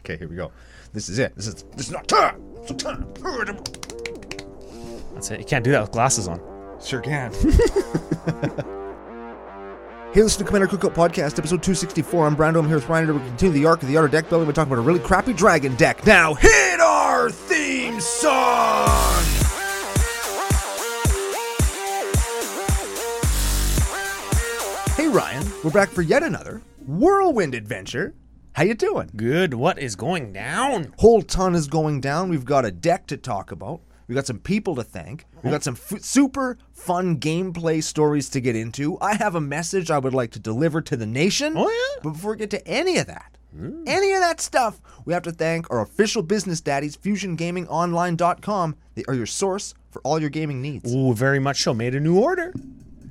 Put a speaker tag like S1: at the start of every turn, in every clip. S1: Okay, here we go. This is it. This is this is not time. It's not time.
S2: That's it. You can't do that with glasses on.
S1: Sure can. hey, listen to Commander Cookout Podcast, episode 264. I'm Brando. I'm here with Ryan. and We're continuing the arc of the outer deck building. We're talking about a really crappy dragon deck. Now, hit our theme song! Hey, Ryan. We're back for yet another whirlwind adventure. How you doing?
S2: Good. What is going down?
S1: whole ton is going down. We've got a deck to talk about. We've got some people to thank. We've got some f- super fun gameplay stories to get into. I have a message I would like to deliver to the nation.
S2: Oh, yeah? Mm.
S1: But before we get to any of that, any of that stuff, we have to thank our official business daddies, FusionGamingOnline.com. They are your source for all your gaming needs.
S2: Ooh, very much so. Made a new order.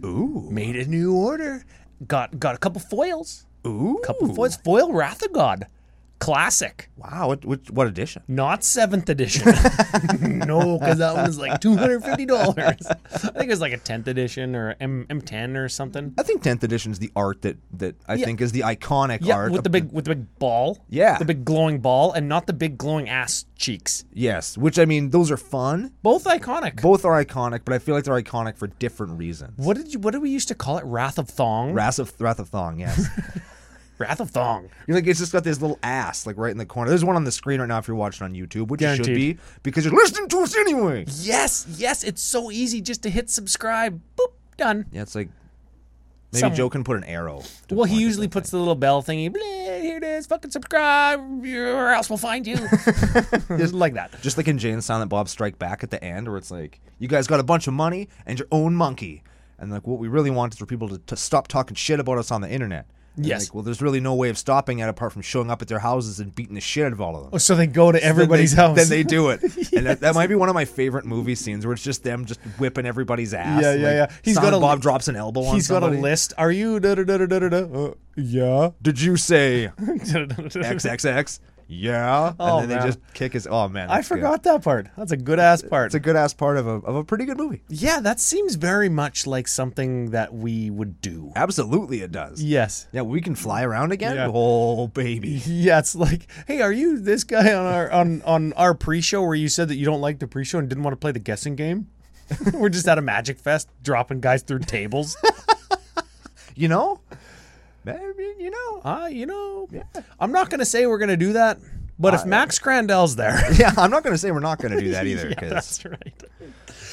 S1: Ooh.
S2: Made a new order. Got got a couple foils.
S1: Ooh.
S2: Couple foils. Foil Wrath of God. Classic.
S1: Wow. What, what, what edition?
S2: Not seventh edition. no, because that one's like two hundred fifty dollars. I think it was like a tenth edition or M M ten or something.
S1: I think 10th edition is the art that, that I think is the iconic
S2: Yeah,
S1: art.
S2: with
S1: of-
S2: the big with the big ball.
S1: Yeah.
S2: the big glowing ball, and not the big glowing ass cheeks.
S1: yes, which I mean, those are fun.
S2: Both iconic.
S1: Both are iconic, but I feel like they're iconic for different reasons.
S2: what did you? What did we used to call it? Wrath of Thong.
S1: Wrath of, Wrath of Thong, yes.
S2: Wrath of Thong.
S1: you're like, it's just got this little ass, like right in the corner. There's one on the screen right now if you're watching on YouTube, which you should
S2: Guaranteed.
S1: be, because you're listening to us anyway.
S2: Yes, yes, it's so easy just to hit subscribe. Boop, done.
S1: Yeah, it's like, maybe
S2: Some-
S1: Joe can put an arrow. to
S2: well,
S1: point
S2: he
S1: it.
S2: usually puts the little bell thingy. "Bleh, Here it is. Fucking subscribe, or else we'll find you. just like that.
S1: Just like in Jay and Silent Bob Strike Back at the end, where it's like, you guys got a bunch of money and your own monkey. And like, what we really want is for people to, to stop talking shit about us on the internet. And
S2: Yes.
S1: Like, well, there's really no way of stopping it apart from showing up at their houses and beating the shit out of all of them.
S2: Oh, so they go to
S1: then
S2: everybody's
S1: they-
S2: house.
S1: Then they do it, and that, that might be one of my favorite movie scenes where it's just them just whipping everybody's ass.
S2: Yeah,
S1: and,
S2: yeah,
S1: like,
S2: yeah. He's
S1: Silent
S2: got a
S1: Bob
S2: li-
S1: drops an elbow on.
S2: He's got a
S1: somebody.
S2: list. Are you? Da, da, da, da, da, da, da. Uh, yeah.
S1: Did you say
S2: Exactly.
S1: XXX? Yeah,
S2: Oh,
S1: and then
S2: man.
S1: they just kick his. Oh man,
S2: I
S1: that's good.
S2: forgot that part. That's a good ass part.
S1: It's a good ass part of a of a pretty good movie.
S2: yeah, that seems very much like something that we would do.
S1: Absolutely, it does.
S2: Yes.
S1: Yeah, we can fly around again.
S2: Yeah.
S1: Oh baby,
S2: Yeah, it's like, hey, are you this guy on our on on our pre-show where you said that you don't like the pre-show and didn't want to play the guessing game? We're just at a magic fest dropping guys through tables.
S1: you know, maybe you know.
S2: Ah, you know, I'm not gonna say we're gonna do that, but if Max Crandell's there,
S1: Yeah, I'm not gonna say we're not gonna do that either.
S2: yeah,
S1: 'cause-
S2: that's right.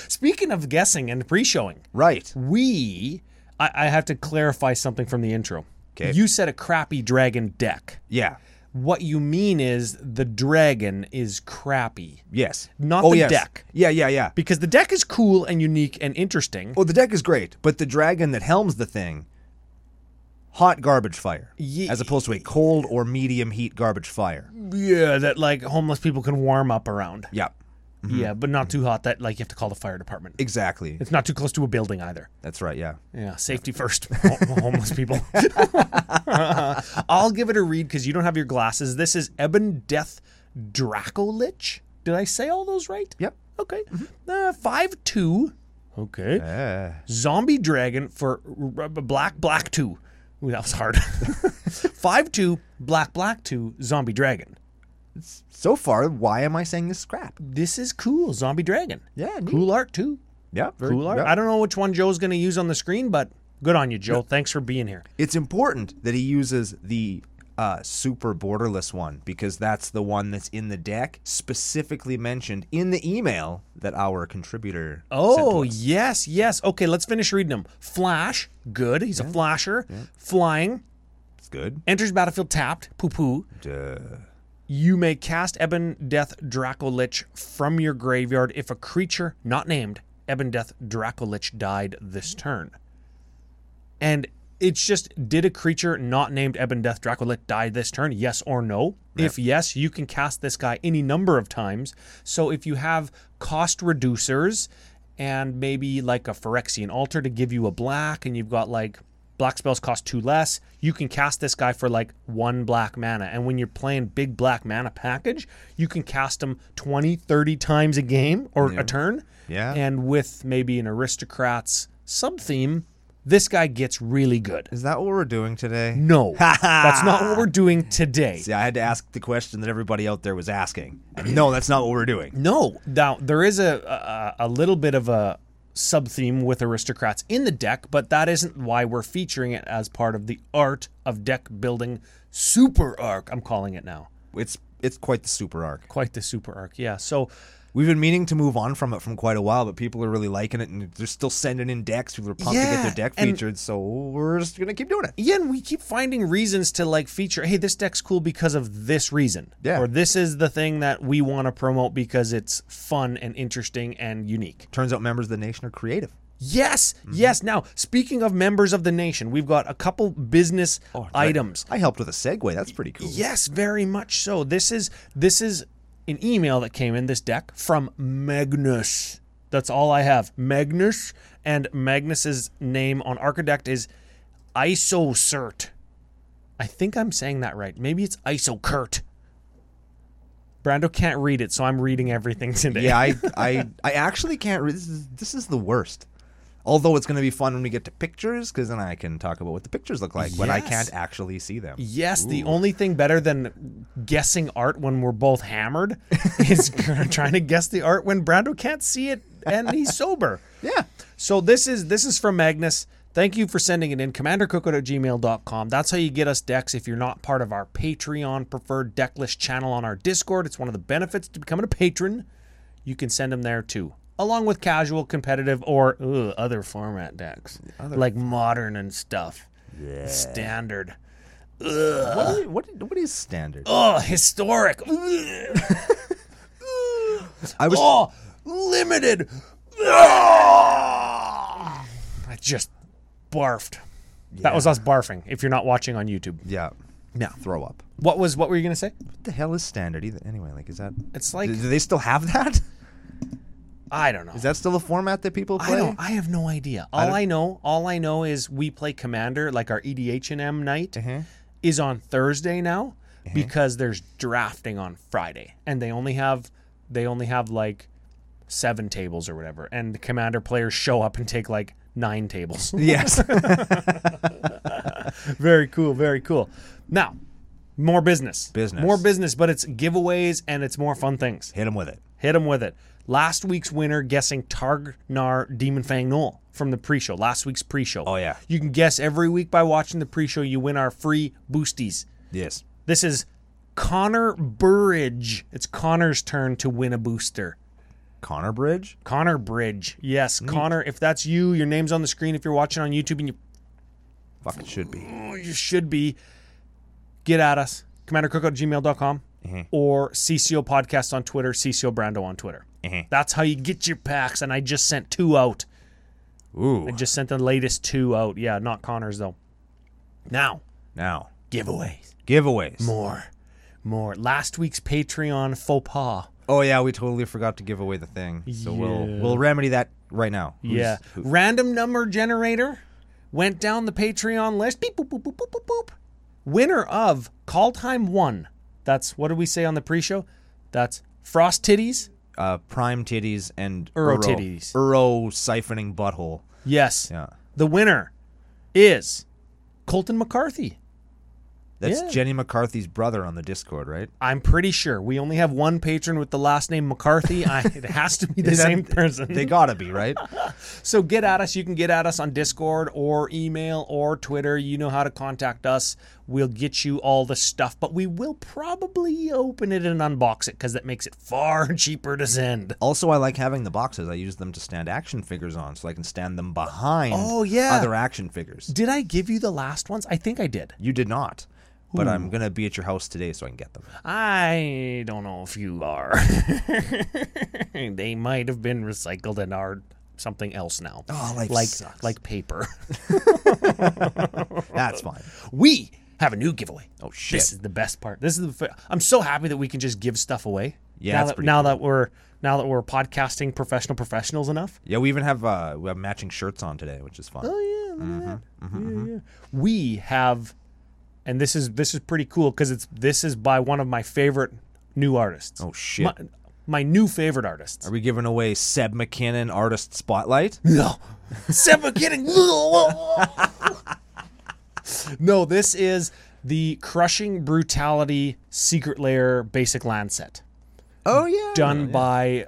S2: Speaking of guessing and pre-showing,
S1: right.
S2: we, I, I have to clarify something from the intro.
S1: 'Kay.
S2: you said a crappy dragon deck.
S1: Yeah.
S2: What you mean is the dragon is crappy.
S1: Yes.
S2: Not
S1: oh,
S2: the
S1: yes.
S2: deck.
S1: Yeah, yeah, yeah.
S2: because the deck is cool and unique and interesting.
S1: Well, the deck is great, but the dragon that helms the thing, hot garbage fire,
S2: Ye- Mm.
S1: as opposed to a cold or medium heat garbage fire.
S2: Yeah, that like homeless people can warm up around.
S1: Yeah,
S2: Yeah, but not too hot that like you have to call the fire department.
S1: exactly.
S2: It's not too close to a building either.
S1: That's right. Yeah.
S2: Yeah, safety first, ho- homeless people. I'll give it a read because you don't have your glasses. This is Ebon Death Dracolich. Did I say all those right?
S1: Yep.
S2: Okay. Uh, five two. Okay.
S1: Eh.
S2: Zombie Dragon for r- r- Black Black 2. Ooh, that was hard. 5 2, Black Black 2, Zombie Dragon.
S1: so far, why am I saying this is crap?
S2: This is cool, Zombie Dragon.
S1: Yeah. Neat.
S2: Cool art, too.
S1: Yeah. Very
S2: Cool art.
S1: yeah.
S2: I don't know which one Joe's going to use on the screen, but good on you, Joe. Thanks for being here.
S1: It's important that he uses the uh, super borderless one because that's the one that's in the deck specifically mentioned in the email that our contributor. sent to
S2: Oh,
S1: us.
S2: yes, yes. Okay, let's finish reading them. Flash, good. He's a flasher. Flying,
S1: it's good.
S2: enters battlefield tapped, poo poo.
S1: Duh.
S2: You may cast Ebon Death Dracolich from your graveyard if a creature not named Ebon Death Dracolich died this turn. And it's just did a creature not named Ebon Death Dracolich die this turn? Yes or no? If yes, you can cast this guy any number of times. So if you have cost reducers and maybe like a Phyrexian Altar to give you a black, and you've got like black spells cost two less, you can cast this guy for like one black mana. And when you're playing big black mana package, you can cast him 20, 30 times a game or a turn.
S1: Yeah.
S2: And with maybe an aristocrats sub theme, This guy gets really good.
S1: Is that what we're doing today?
S2: No, that's not what we're doing today.
S1: See, I had to ask the question that everybody out there was asking. no, that's not what we're doing.
S2: No, now there is a a, a little bit of a sub theme with aristocrats in the deck, but that isn't why we're featuring it as part of the art of deck building super arc. I'm calling it now.
S1: It's it's quite the super arc.
S2: Quite the super arc, yeah. So
S1: We've been meaning to move on from it from quite a while, but people are really liking it, and they're still sending in decks. People are pumped to get
S2: Yeah,
S1: their deck
S2: and-
S1: featured, so we're just gonna keep doing it.
S2: yeah, and we keep finding reasons to like feature. Hey, this deck's cool because of this reason.
S1: Yeah.
S2: Or this is the thing that we want to promote because it's fun and interesting and unique.
S1: Turns out members of the nation are creative.
S2: Yes, yes. Now, speaking of members of the nation, we've got a couple business items.
S1: I helped with a segue. That's pretty cool.
S2: Yes, very much so. This is this is an email that came in this deck from Magnus. That's all I have. Magnus and Magnus's name on Architect is Isocert. I think I'm saying that right. Maybe it's Isocert. Brando can't read it, so I'm reading everything today.
S1: Yeah, I, I, I actually can't. Re- this is this is the worst. Although it's going to be fun when we get to pictures, because then I can talk about what the pictures look like when I
S2: Yes.
S1: can't actually see them.
S2: Yes, the only thing better than guessing art when we're both hammered is trying to guess the art when Brando can't see it and he's sober.
S1: Yeah.
S2: So this is this is from Magnus. Thank you for sending it in. CommanderCookwood at gmail.com. That's how you get us decks if you're not part of our Patreon preferred deck list channel on our Discord. It's one of the benefits to becoming a patron. You can send them there too, along with casual, competitive, or ugh, other format decks like modern and stuff. Standard. Ugh.
S1: What, is- what, what is standard?
S2: Oh, historic. Ugh.
S1: I was
S2: Oh, limited. Ah, I just barfed. That was us barfing. If you're not watching on YouTube,
S1: yeah
S2: yeah.
S1: throw up.
S2: What was what were you gonna say?
S1: What the hell is standard? Either anyway, like is that?
S2: It's like
S1: do, do they still have that?
S2: I don't know.
S1: Is that still a format that people play?
S2: I don't. I have no idea. All I, know, all I know is we play Commander like our EDH and M night
S1: Mm-hmm.
S2: is on Thursday now because there's drafting on Friday, and they only have they only have like seven tables or whatever, and the Commander players show up and take like nine tables.
S1: Yes.
S2: very cool. Very cool. Now, more business.
S1: Business.
S2: More business, but it's giveaways and it's more fun things.
S1: Hit them with it.
S2: Hit him with it. Last week's winner guessing Targnar Demon Fang Knoll from the pre-show. Last week's pre-show.
S1: Oh, yeah.
S2: You can guess every week by watching the pre-show. You win our free boosties.
S1: Yes.
S2: This is Connor Burridge. It's Connor's turn to win a booster.
S1: Connor Bridge.
S2: Connor Bridge. Yes, Connor. If that's you, your name's on the screen. If you're watching on YouTube, and you
S1: Fuck it should be.
S2: oh, you should be. Get at us. CommanderCook at gmail.com or CCO Podcast on Twitter, CCO Brando on Twitter.
S1: Mhm.
S2: That's how you get your packs. And I just sent two out.
S1: Ooh.
S2: Just sent the latest two out. Yeah, not Connor's though. Now,
S1: Now
S2: giveaways.
S1: giveaways.
S2: More. More. Last week's Patreon faux pas.
S1: Oh yeah, we totally forgot to give away the thing. So we'll we'll remedy that right now. Who's-
S2: yeah.
S1: who-
S2: Random number generator went down the Patreon list. Beep, boop, boop, boop, boop, boop, boop. Winner of Call Time 1. That's what did we say on the pre show? That's Frost Titties.
S1: uh, prime titties and
S2: Uro
S1: Uro-
S2: titties.
S1: Uro siphoning butthole.
S2: Yes.
S1: Yeah.
S2: The winner is Colton McCarthy.
S1: That's
S2: Yeah.
S1: Jenny McCarthy's brother on the Discord, right?
S2: I'm pretty sure we only have one patron with the last name McCarthy. I, it has to be the
S1: Is that-
S2: same person.
S1: They gotta be, right?
S2: So get at us. You can get at us on Discord or email or Twitter. You know how to contact us. We'll get you all the stuff, but we will probably open it and unbox it because that makes it far cheaper to send.
S1: also, I like having the boxes. I use them to stand action figures on, so I can stand them behind
S2: Oh, yeah.
S1: other action figures.
S2: Did I give you the last ones? I think I did.
S1: You did not. But I'm gonna be at your house today so I can get them.
S2: I don't know if you are. they might have been recycled and are something else now.
S1: Oh, life
S2: like
S1: sucks.
S2: like paper.
S1: That's fine.
S2: we have a new giveaway.
S1: Oh
S2: This
S1: shit.
S2: is the best part. This is the. Fa- I'm so happy that we can just give stuff away.
S1: Yeah,
S2: Now,
S1: that's
S2: that,
S1: pretty
S2: now that we're now that we're podcasting professional professionals enough.
S1: Yeah, we even have uh we have matching shirts on today, which is fun.
S2: Oh yeah, look at that. yeah, yeah. We have, and this is this is pretty cool because it's this is by one of my favorite new artists.
S1: Oh shit.
S2: My- my new favorite artists.
S1: Are we giving away Seb McKinnon artist spotlight?
S2: No. Seb McKinnon. no, this is the Crushing Brutality Secret Layer Basic Land set.
S1: Oh yeah.
S2: Done by,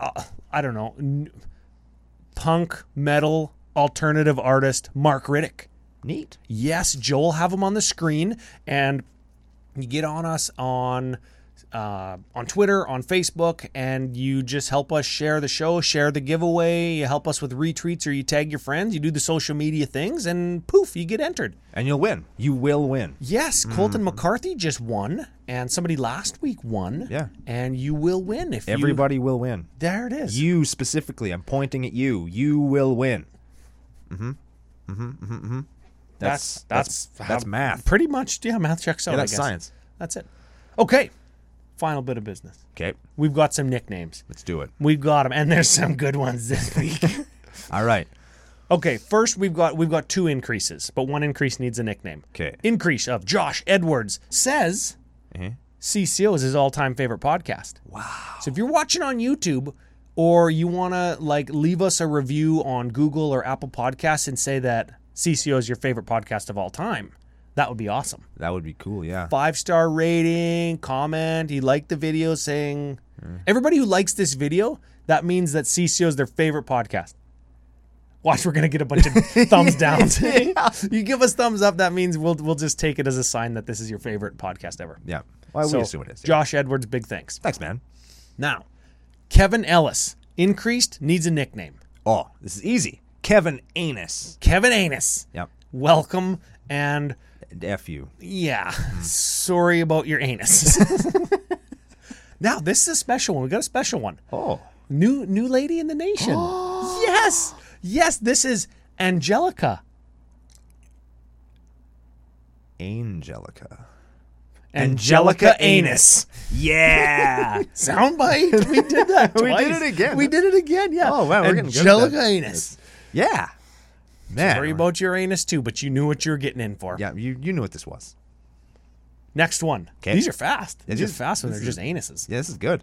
S2: uh, I don't know, n- punk, metal, alternative artist Mark Riddick.
S1: Neat.
S2: Yes, Joel have them on the screen, and you get on us on uh, on Twitter, on Facebook, and you just help us share the show, share the giveaway, you help us with retweets, or you tag your friends, you do the social media things, and poof, you get entered.
S1: And you'll win. You will win.
S2: Yes, Colton
S1: Mm-hmm.
S2: McCarthy just won, and somebody last week won.
S1: Yeah.
S2: and you will win if you-
S1: Everybody will win.
S2: there it is.
S1: You specifically. I'm pointing at you. You will win. Mm-hmm. Mm-hmm. Mm-hmm.
S2: that's that's
S1: that's,
S2: how-
S1: math.
S2: Pretty much, yeah. Math checks out.
S1: Yeah,
S2: I
S1: that's
S2: guess.
S1: science.
S2: That's it. Okay, final bit of business.
S1: Okay,
S2: We've got some nicknames.
S1: let's do it.
S2: We've got them, and there's some good ones this week.
S1: All right.
S2: okay, first we've got we've got two increases, but one increase needs a nickname.
S1: Okay. Uh-huh.
S2: Increase of Josh Edwards says CCO is his all-time favorite podcast.
S1: Wow.
S2: So if you're watching on YouTube or you want to like leave us a review on Google or Apple Podcasts and say that CCO is your favorite podcast of all time, that would be awesome.
S1: That would be cool. Yeah.
S2: Five star rating, comment. He liked the video saying,
S1: Mm.
S2: everybody who likes this video, that means that CCO is their favorite podcast. Watch, we're gonna get a bunch of thumbs downs. you give us thumbs up, that means we'll we'll just take it as a sign that this is your favorite podcast ever.
S1: Yeah. Why well,
S2: So,
S1: Oh, we assume it is. Yeah.
S2: Josh Edwards, big thanks.
S1: Thanks, man.
S2: Now, Kevin Ellis, increased, needs a nickname.
S1: Oh, this is easy. Kevin Anus.
S2: Kevin Anus,
S1: Yep.
S2: welcome and
S1: F you.
S2: yeah,
S1: Hmm.
S2: sorry about your anus. now, this is a special one. We got a special one.
S1: Oh.
S2: New new lady in the nation. yes. Yes, this is Angelica.
S1: Angelica.
S2: Angelica, Anus.
S1: Yeah.
S2: Soundbite. We did that.
S1: We did it
S2: twice.
S1: again.
S2: We did it again. Yeah.
S1: Oh, wow, we're getting good at
S2: Angelica
S1: that.
S2: Anus.
S1: yeah. Man.
S2: Sorry about your anus too, but you knew what you were getting in for.
S1: yeah, you, you knew what this was.
S2: Next one.
S1: 'Kay.
S2: These are fast.
S1: Yeah,
S2: These are
S1: these-
S2: fast when
S1: this
S2: they're just anuses.
S1: Yeah, this is good.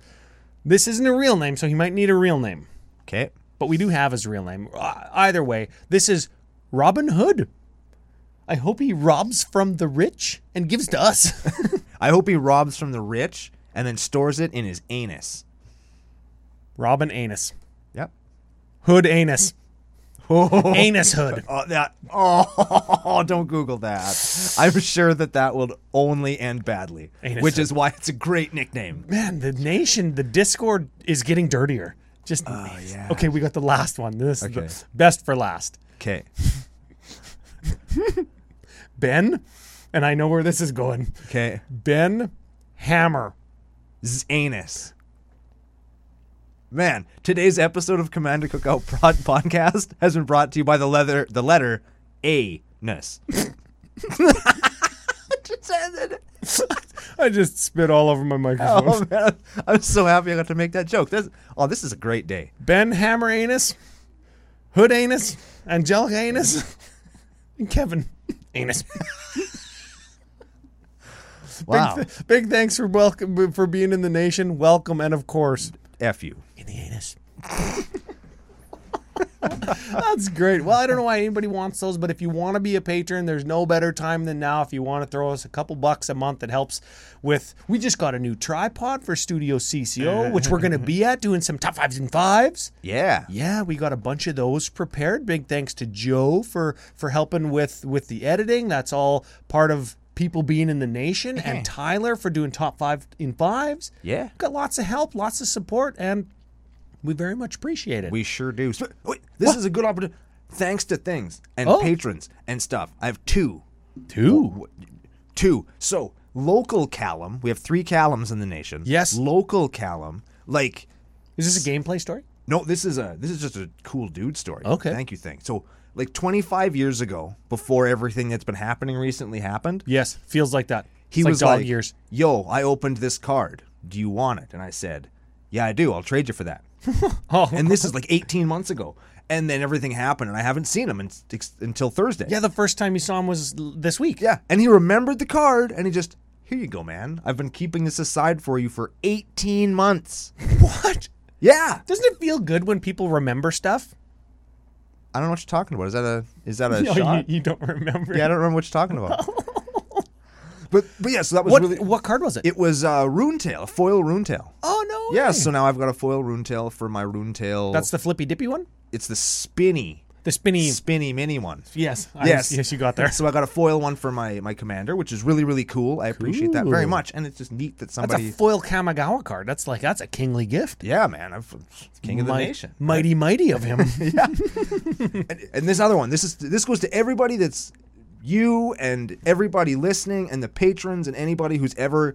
S2: This isn't a real name, so he might need a real name.
S1: Okay.
S2: But we do have his real name. Uh, Either way, this is Robin Hood. I hope he robs from the rich and gives to us.
S1: I hope he robs from the rich and then stores it in his anus.
S2: Robin Anus.
S1: Yep.
S2: Hood Anus.
S1: Oh,
S2: Anus Hood.
S1: that. Oh, don't Google that. I'm sure that that will only end badly,
S2: Anus.
S1: which is why it's a great nickname.
S2: Man, the nation, the Discord is getting dirtier. Just
S1: Oh, yeah.
S2: okay. We got the last one. This
S1: Okay.
S2: is the best for last.
S1: Okay.
S2: Ben, and I know where this is going.
S1: Okay.
S2: Ben Hammer.
S1: Z- anus. Man, today's episode of Command to Cookout Prod Podcast has been brought to you by the leather, the letter A ness.
S2: I just spit all over my microphone.
S1: Oh man, I'm so happy I got to make that joke. This, oh, this is a great day.
S2: Ben Hammer Anus, Hood Anus, Angelica Anus, and Kevin Anus.
S1: Wow.
S2: big, big thanks for welcome for being in the nation. Welcome, and of course,
S1: F you.
S2: in the anus. That's great. Well, I don't know why anybody wants those, but if you want to be a patron, there's no better time than now. If you want to throw us a couple bucks a month, it helps with. We just got a new tripod for Studio CCO, which we're going to be at doing some top fives and fives.
S1: Yeah.
S2: Yeah, we got a bunch of those prepared. Big thanks to Joe for for helping with with the editing. That's all part of people being in the nation and Tyler for doing top 5 in fives.
S1: Yeah.
S2: Got lots of help, lots of support and we very much appreciate it.
S1: We sure do. Sp- Wait, this is a good opportunity. Thanks to things and
S2: Oh.
S1: patrons and stuff. I have two.
S2: too.
S1: Two. So local Callum. We have three Callums in the nation.
S2: Yes.
S1: Local Callum. Like
S2: Is this a gameplay story?
S1: no, this is a this is just a cool dude story.
S2: Okay.
S1: Thank you, thing. So like 25 years ago, before everything that's been happening recently happened,
S2: Yes, feels like that.
S1: he
S2: It's
S1: was
S2: like dog
S1: like,
S2: years.
S1: "Yo, I opened this card. Do you want it?" And I said, "Yeah, I do. I'll trade you for that."
S2: Oh.
S1: and this is like 18 months ago. And then everything happened, and I haven't seen him in, until Thursday.
S2: yeah, the first time you saw him was l- this week.
S1: yeah. And he remembered the card, and he just Here you go, man. I've been keeping this aside for you for 18 months.
S2: What?
S1: Yeah.
S2: Doesn't it feel good when people remember stuff?
S1: I don't know what you're talking about. Is that a is that a
S2: No, you,
S1: shot?
S2: you don't remember.
S1: Yeah, I don't remember what you're talking about. but but yeah, so that was
S2: What
S1: really
S2: what card was it?
S1: it was uh Runetail, a foil Runetail.
S2: oh no.
S1: Yeah,
S2: way.
S1: so now I've got a foil Runetail for my Runetail.
S2: That's the flippy dippy one.
S1: it's the spinny
S2: The spinny.
S1: spinny mini one.
S2: yes. I-
S1: Yes.
S2: yes, you got there.
S1: So I got a foil one for my my commander, which is really really cool. I appreciate that very
S2: Cool.
S1: much, and it's just neat that
S2: That's
S1: somebody.
S2: a foil Kamigawa card. That's like that's a kingly gift.
S1: yeah, man, I'm king of the
S2: Mi-
S1: nation.
S2: Mighty mighty of him.
S1: and, and this other one this is this goes to everybody that's you and everybody listening and the patrons and anybody who's ever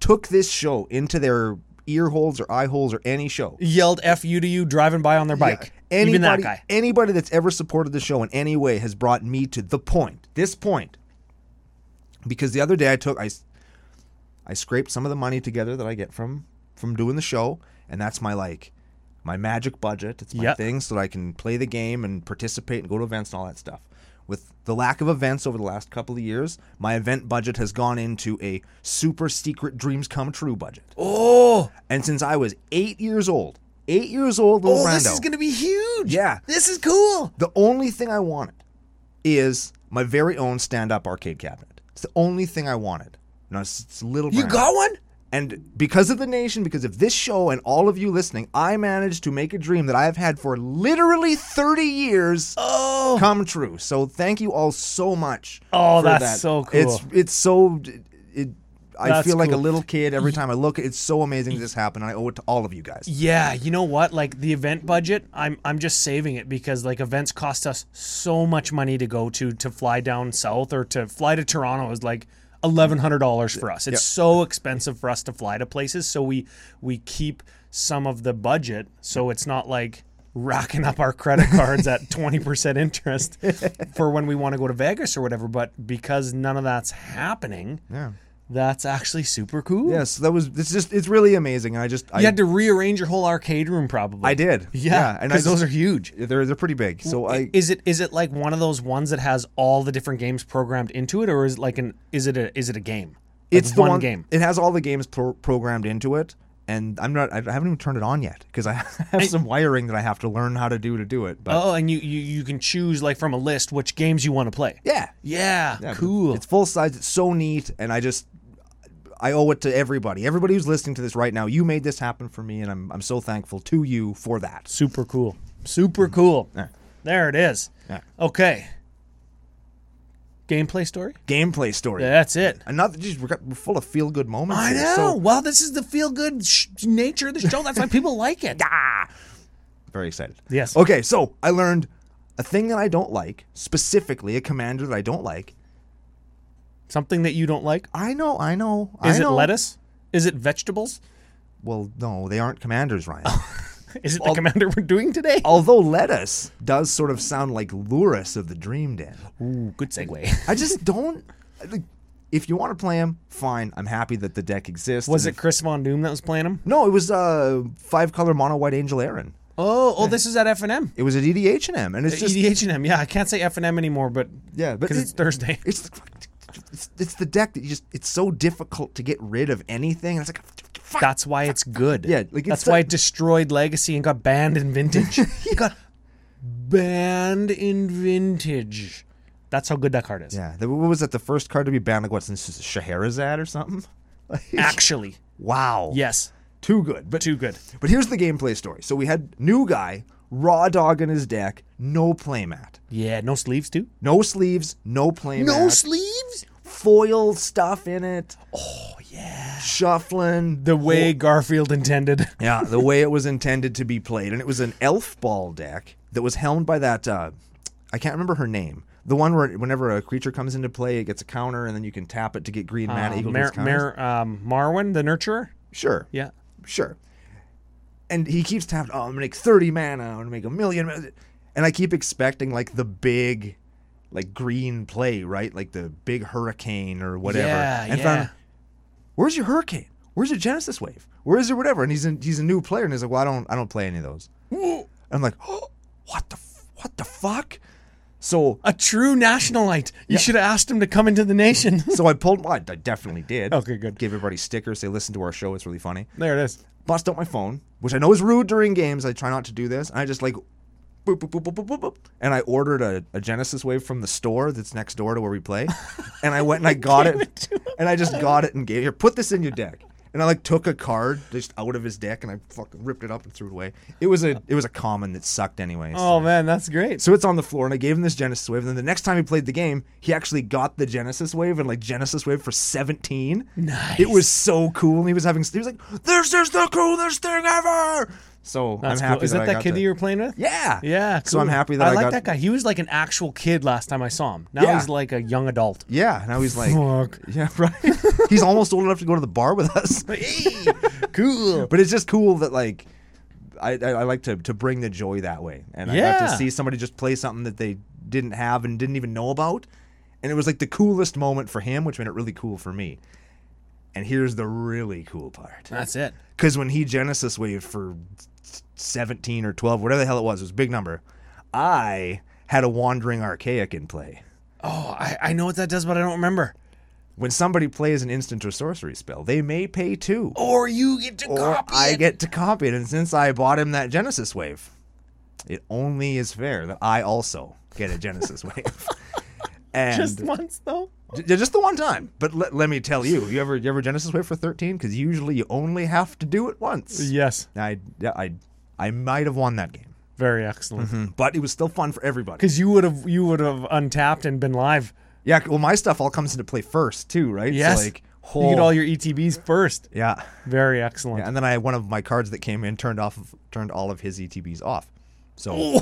S1: took this show into their ear holes or eye holes or any show
S2: Yelled F you to you driving by on their bike.
S1: anybody,
S2: Even that guy.
S1: anybody that's ever supported the show in any way has brought me to the point this point because the other day i took i s- I scraped some of the money together that i get from from doing the show and that's my like my magic budget it's my
S2: Yep.
S1: thing so that i can play the game and participate and go to events and all that stuff with the lack of events over the last couple of years my event budget has gone into a super secret dreams come true budget
S2: Oh,
S1: and since i was eight years old eight years old little
S2: oh, this
S1: rando,
S2: is gonna be huge.
S1: Yeah.
S2: This is cool.
S1: the only thing I wanted is my very own stand-up arcade cabinet. It's the only thing I wanted. No, it's, it's a little.
S2: You
S1: brand.
S2: got one?
S1: And because of the nation, because of this show and all of you listening, I managed to make a dream that I've had for literally 30 years
S2: Oh
S1: come true. So thank you all so much.
S2: Oh,
S1: for
S2: that's
S1: that.
S2: so cool.
S1: It's it's so it. I
S2: That's
S1: feel like a
S2: cool.
S1: little kid every time I look. It's so amazing that this happened, and I owe it to all of you guys.
S2: yeah, you know what? Like the event budget, I'm I'm just saving it because like events cost us so much money to go to to fly down south or to fly to Toronto is like eleven hundred dollars for us. It's so expensive for us to fly to places, so we we keep some of the budget so it's not like racking up our credit cards at 20% interest for when we want to go to Vegas or whatever but because none of that's happening
S1: Yeah.
S2: that's actually super cool
S1: Yes, that was. It's just. It's really amazing, and I just. I,
S2: You had to rearrange your whole arcade room, probably.
S1: I did.
S2: Yeah,
S1: and I
S2: because
S1: just-
S2: those are huge.
S1: They're they're pretty big. So I
S2: Is it is it like one of those ones that has all the different games programmed into it, or is it like an is it a is it a game? Like
S1: it's the
S2: one
S1: one
S2: game.
S1: It has all the games pro- programmed into it, and I'm not. I haven't even turned it on yet because I have some wiring that I have to learn how to do to do it. But
S2: Oh, and you, you you can choose like from a list which games you want to play.
S1: yeah,
S2: Yeah,
S1: Yeah, but
S2: cool.
S1: It's full size. It's so neat, and I just. I owe it to everybody. Everybody who's listening to this right now, you made this happen for me, and I'm, I'm so thankful to you for that.
S2: super cool. Super cool.
S1: Yeah.
S2: There it is.
S1: Yeah.
S2: Okay. Gameplay story.
S1: Gameplay story.
S2: That's it.
S1: Another, geez, we're, got- we're full of feel good moments.
S2: I
S1: here,
S2: know.
S1: So,
S2: well, this is the feel good sh- nature of the show. That's why people like it.
S1: ah, very excited.
S2: Yes.
S1: Okay, so I learned a thing that I don't like, specifically a commander that I don't like.
S2: Something that you don't like.
S1: I know, I know.
S2: Is
S1: I
S2: it
S1: know.
S2: lettuce? Is it vegetables?
S1: Well, no, they aren't commanders, Ryan.
S2: Is it the commander we're doing today?
S1: Although lettuce does sort of sound like Luris of the Dream Den.
S2: Ooh, good segue.
S1: I just don't. Like, if you want to play him, fine. I'm happy that the deck exists.
S2: Was
S1: and
S2: it Chris Von Doom that was playing him?
S1: if- No, it was uh, five color mono white angel Aaron.
S2: Oh, oh, this is at F and M.
S1: It was at EDH and M, and
S2: Uh,
S1: it's just
S2: EDH and M. Yeah, I can't say F and M anymore, but
S1: yeah, but
S2: E because
S1: it-
S2: it's Thursday.
S1: it's the fucking- it's, it's the deck that you just it's so difficult to get rid of anything. And it's like fuck.
S2: That's why it's good.
S1: Yeah, like, it's
S2: that's
S1: the-
S2: why it destroyed Legacy and got banned in Vintage. It got banned in Vintage. That's how good that card is.
S1: Yeah, the, what was that? The first card to be banned like what's this is Scheherazade or something? Like,
S2: Actually,
S1: wow.
S2: yes,
S1: Too good. But
S2: too good.
S1: but here's the gameplay story. So we had new guy, raw dog in his deck, no playmat.
S2: Yeah, no sleeves too.
S1: No sleeves, no playmat.
S2: sleeves.
S1: foil stuff in it. Oh yeah. Shuffling.
S2: The way Garfield intended.
S1: Yeah, the way it was intended to be played. And it was an elf ball deck that was helmed by that uh I can't remember her name. The one where whenever a creature comes into play, it gets a counter and then you can tap it to get green mana
S2: Uh,
S1: equal to
S2: Mar-
S1: its counters.
S2: Mar- um, Marwin, the nurturer.
S1: Sure.
S2: Yeah.
S1: Sure. And he keeps tapping, oh, I'm gonna make 30 mana, I'm gonna make a million. mana." And I keep expecting like the big, like green play, right? Like the big hurricane or whatever.
S2: Yeah,
S1: and
S2: yeah.
S1: found, where's your hurricane? Where's your Genesis wave? Where's your whatever? And he's in, he's a new player, and he's like, well, I don't I don't play any of those. I'm like, oh, what the f- what the fuck? So
S2: A true nationalite. You should have asked him to come into the nation.
S1: so I pulled. Well, I I definitely did.
S2: Okay, good.
S1: Gave everybody stickers. Say listen to our show. It's really funny.
S2: there it is.
S1: Bust out my phone, which I know is rude during games. I try not to do this. And I just like. Boop, boop, boop, boop, boop, boop, boop. And I ordered a, a Genesis Wave from the store that's next door to where we play. And I went and I got it. and I just got it and gave here. Put this in your deck. And I like took a card just out of his deck and I fucking ripped it up and threw it away. It was a it was a common that sucked anyways.
S2: Oh man, that's great.
S1: So it's on the floor, and I gave him this Genesis Wave. And then the next time he played the game, he actually got the Genesis Wave and like Genesis Wave for seventeen.
S2: Nice.
S1: It was so cool, and he was having he was like, "This is the coolest thing ever." So
S2: That's
S1: I'm
S2: cool.
S1: happy.
S2: Is that
S1: I
S2: that
S1: got
S2: kid
S1: to-
S2: that you were playing with?
S1: Yeah.
S2: Yeah.
S1: So I'm
S2: cool.
S1: happy that I,
S2: like
S1: got.
S2: that guy. He was like an actual kid last time I saw him. Now
S1: Yeah.
S2: he's like a young adult.
S1: Yeah. Now he's like,
S2: Fuck.
S1: yeah, right. he's almost old enough to go to the bar with us.
S2: cool.
S1: But it's just cool that like I, I, I like to, to bring the joy that way, and I got
S2: Yeah.
S1: to see somebody just play something that they didn't have and didn't even know about, and it was like the coolest moment for him, which made it really cool for me. And here's the really cool part,
S2: That's it.
S1: because when he Genesis waved for seventeen or twelve, whatever the hell it was, it was a big number. I had a wandering archaic in play.
S2: Oh, I, I know what that does, but I don't remember.
S1: When somebody plays an instant or sorcery spell, they may pay two.
S2: Or you get to
S1: or
S2: copy
S1: I
S2: it.
S1: get to copy it. And since I bought him that Genesis Wave, it only is fair that I also get a Genesis Wave. And
S2: just
S1: just,
S2: once though.
S1: just the one time. But let, let me tell you, you ever you ever Genesis Wave for 13? Because usually you only have to do it once.
S2: Yes.
S1: I, I, I might have won that game,
S2: Very excellent.
S1: but it was still fun for everybody.
S2: Because you would have you would have untapped and been live.
S1: Yeah, well, my stuff all comes into play first, too, right?
S2: Yes.
S1: So like,
S2: You
S1: whole,
S2: get all your ETBs first.
S1: yeah.
S2: Very excellent.
S1: And then I one of my cards that came in turned off turned all of his ETBs off. So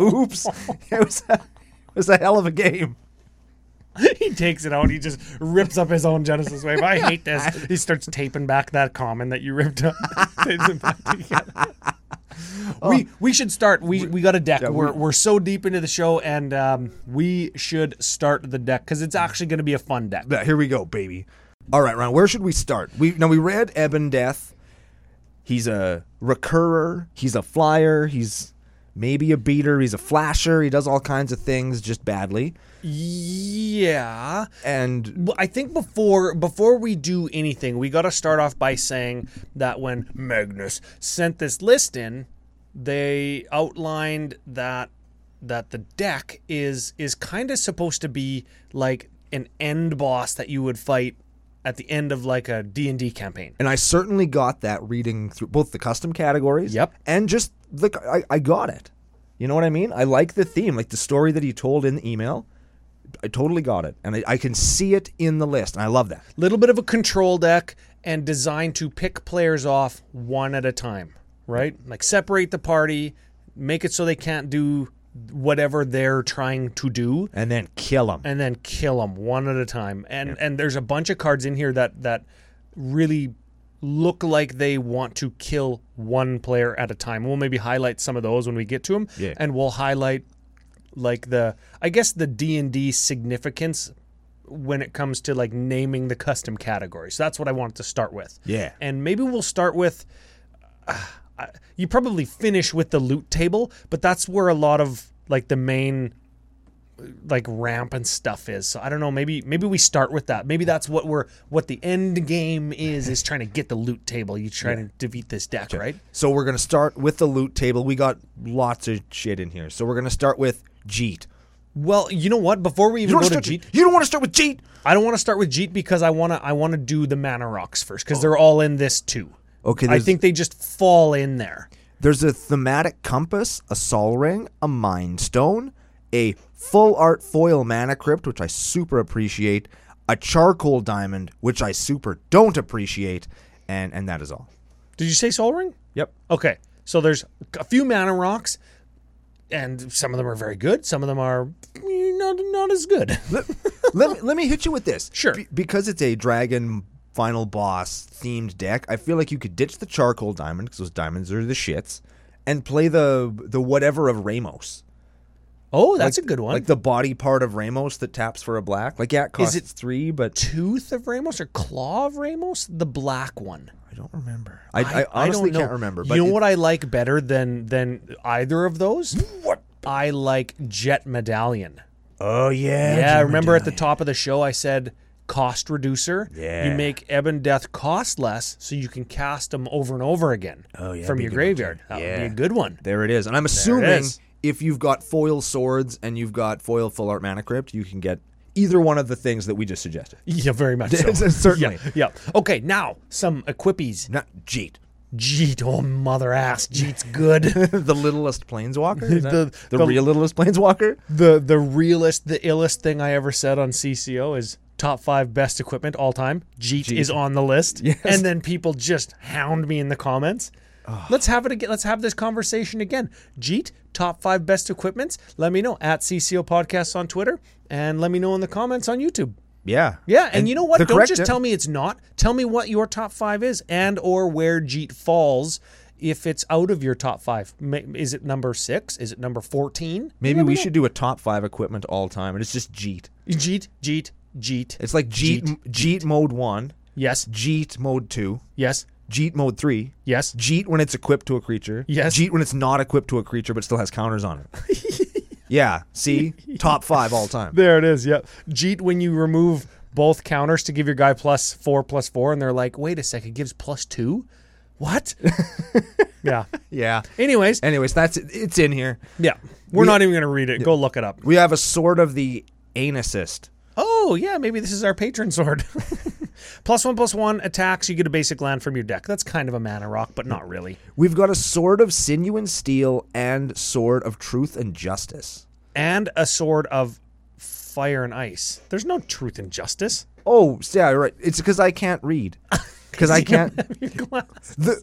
S1: Oops. It was a, it was a hell of a game.
S2: he takes it out. He just rips up his own Genesis wave. I hate this. He starts taping back that common that you ripped up. Tapes it back together. We we should start. Oh. We we got a deck. we're we, are we are so deep into the show, and um, we should start the deck because it's actually going to be a fun deck.
S1: But here we go, baby. All right, Ron, where should we start? We now we read Ebon Death. He's a recurrer, he's a flyer, he's maybe a beater, he's a flasher, he does all kinds of things just badly.
S2: Yeah.
S1: And
S2: Well, I think before before we do anything, we got to start off by saying that when Magnus sent this list in, they outlined that that the deck is is kind of supposed to be like an end boss that you would fight at the end of like a D&D campaign.
S1: and I certainly got that reading through both the custom categories.
S2: Yep.
S1: And just the I, I got it. You know what I mean? I like the theme, like the story that he told in the email. I totally got it, and I, I can see it in the list, and I love that.
S2: Little bit of a control deck and designed to pick players off one at a time, right? Like separate the party, make it so they can't do whatever they're trying to do.
S1: And then kill him.
S2: and then kill them one at a time. And and there's a bunch of cards in here that that really look like they want to kill one player at a time. We'll maybe highlight some of those when we get to them,
S1: Yeah.
S2: and we'll highlight like the I guess the D and D significance when it comes to like naming the custom categories. That's what I wanted to start with.
S1: Yeah.
S2: and maybe we'll start with. uh, I- you probably finish with the loot table, but that's where a lot of like the main like ramp and stuff is. So I don't know, maybe maybe we start with that. Maybe that's what we're what the end game is is trying to get the loot table. You trying to defeat this deck, right?
S1: So we're gonna start with the loot table. We got lots of shit in here. So we're gonna start with Jeet.
S2: Well, you know what? Before we
S1: You
S2: even go
S1: don't, start,
S2: to Jeet,
S1: you don't want to start with Jeet.
S2: I don't want to start with Jeet because I wanna I wanna do the mana rocks first because they're all in this too.
S1: Oh. Okay,
S2: I
S1: there's-
S2: think they just fall in there.
S1: There's a thematic compass, a sol ring, a mind stone, a full art foil mana crypt, which I super appreciate, a charcoal diamond, which I super don't appreciate, and and that is all.
S2: Did you say Soul Ring?
S1: Yep.
S2: Okay, so there's a few mana rocks, and some of them are very good. Some of them are eh, not not as good.
S1: let, let me, let me hit you with this.
S2: Sure.
S1: because it's a dragon final boss themed deck, I feel like you could ditch the charcoal diamond because those diamonds are the shits, and play the the whatever of Ramos.
S2: Oh, that's a good one.
S1: Like the body part of Ramos that taps for a black. Like yeah, it costs
S2: it-
S1: three, but
S2: Tooth of Ramos or Claw of Ramos, the black one.
S1: I don't remember. I, I, honestly
S2: don't know.
S1: can't remember. But
S2: you know
S1: it- Hmm.
S2: what I like better than than either of those?
S1: What? up.
S2: I like Jet Medallion.
S1: Oh yeah.
S2: Yeah, remember at the
S1: Medallion.
S2: top of the show I said cost reducer.
S1: Yeah.
S2: You make ebb and death cost less so you can cast them over and over again
S1: Oh, yeah,
S2: from
S1: be
S2: your
S1: a good one, too.
S2: graveyard. That would
S1: Yeah.
S2: be a good one.
S1: There it is. And I'm assuming
S2: is.
S1: if you've got foil swords and you've got foil full art mana crypt, you can get either one of the things that we just suggested.
S2: Yeah, very much so.
S1: Certainly.
S2: Yeah, yeah. Okay, now some equippies.
S1: Not Jeet.
S2: Jeet, oh mother ass, Jeet's good.
S1: the littlest planeswalker? Is that-
S2: The-
S1: the,
S2: the-
S1: real littlest planeswalker?
S2: the the realest, the illest thing I ever said on CCO is top five best equipment all time. Jeet, is on the list.
S1: Yes.
S2: And then people just hound me in the comments. Let's have it again. Let's have this conversation again. Jeet, top five best equipments. Let me know at CCO Podcasts on Twitter and let me know in the comments on YouTube.
S1: Yeah.
S2: Yeah, and, you know what?
S1: the
S2: Don't
S1: correct uh,
S2: just
S1: an-
S2: tell me it's not. Tell me what your top five is, and or where Jeet falls. If it's out of your top five, Ma- is it number six? Is it number fourteen?
S1: Maybe we should do a top five equipment all time, and it's just Jeet.
S2: Jeet, Jeet, Jeet.
S1: It's like Jeet,
S2: Jeet.
S1: Jeet, mode one,
S2: Yes,
S1: Jeet mode two,
S2: yes,
S1: Jeet mode three,
S2: yes.
S1: Jeet when it's equipped to a creature,
S2: Yes.
S1: Jeet when it's not equipped to a creature but still has counters on it. yeah, see, top five all time.
S2: There it is. Yep. Jeet when you remove both counters to give your guy plus four, plus four, and they're like, wait a second, gives plus two. What? yeah.
S1: Yeah.
S2: Anyways,
S1: Anyways, that's it's in here.
S2: yeah, we're not even gonna read it. Go look it up.
S1: We have a sword of the anusist.
S2: Oh, yeah, maybe this is our patron sword. plus one, plus one attacks. You get a basic land from your deck. That's kind of a mana rock, but not really.
S1: We've got a sword of sinew and steel and sword of truth and justice.
S2: And a sword of fire and ice. There's no truth and justice.
S1: Oh, yeah, you're right. It's because I can't read. Because I can't. The,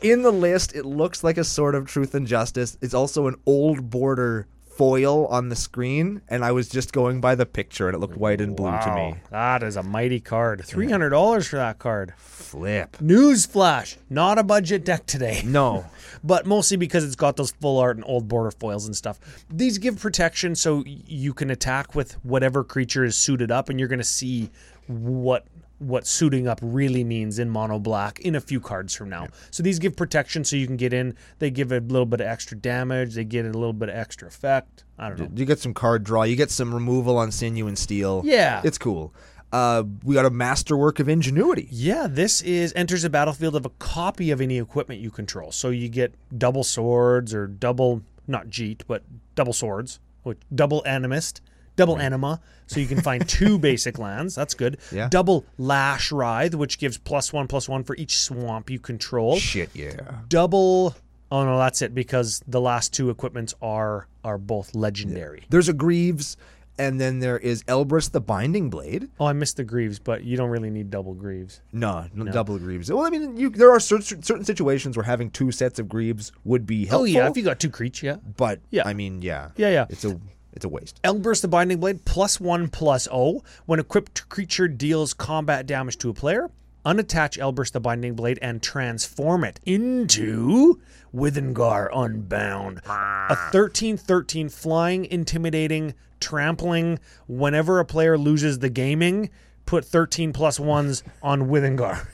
S1: in the list, it looks like a sword of truth and justice. It's also an old border foil on the screen, and I was just going by the picture, and it looked white and blue to
S2: Wow,
S1: me.
S2: Oh, that is a mighty card. Three hundred dollars for that card.
S1: Flip.
S2: Newsflash: not a budget deck today.
S1: No.
S2: but mostly because it's got those full art and old border foils and stuff. These give protection so y- you can attack with whatever creature is suited up, and you're going to see what what suiting up really means in mono black in a few cards from now. So these give protection so you can get in. They give a little bit of extra damage. They get a little bit of extra effect. I don't know.
S1: You get some card draw. You get some removal on sinew and steel.
S2: Yeah.
S1: It's cool. Uh, we got a masterwork of ingenuity.
S2: Yeah, this is enters the battlefield of a copy of any equipment you control. So you get double swords or double not jeet, but double swords, which double animist, double anima. So you can find two basic lands. That's good.
S1: Yeah.
S2: Double lash writhe, which gives plus one plus one for each swamp you control.
S1: Shit, yeah.
S2: Double Oh no, that's it because the last two equipments are are both legendary.
S1: There's a Greaves, and then there is Elbrus the Binding Blade.
S2: Oh, I missed the greaves, but you don't really need double greaves.
S1: No, no, double Greaves. Well, I mean, you, there are cer- certain situations where having two sets of Greaves would be helpful.
S2: Oh yeah, if you got two creatures, yeah.
S1: but
S2: Yeah.
S1: I mean, yeah,
S2: Yeah, yeah.
S1: It's a it's a waste.
S2: Elburst the Binding Blade plus one plus O. When equipped creature deals combat damage to a player, unattach Elburst the Binding Blade and transform it into Withengar Unbound. A 13 13 flying, intimidating, trampling. Whenever a player loses the gaming, put 13 plus ones on Withengar.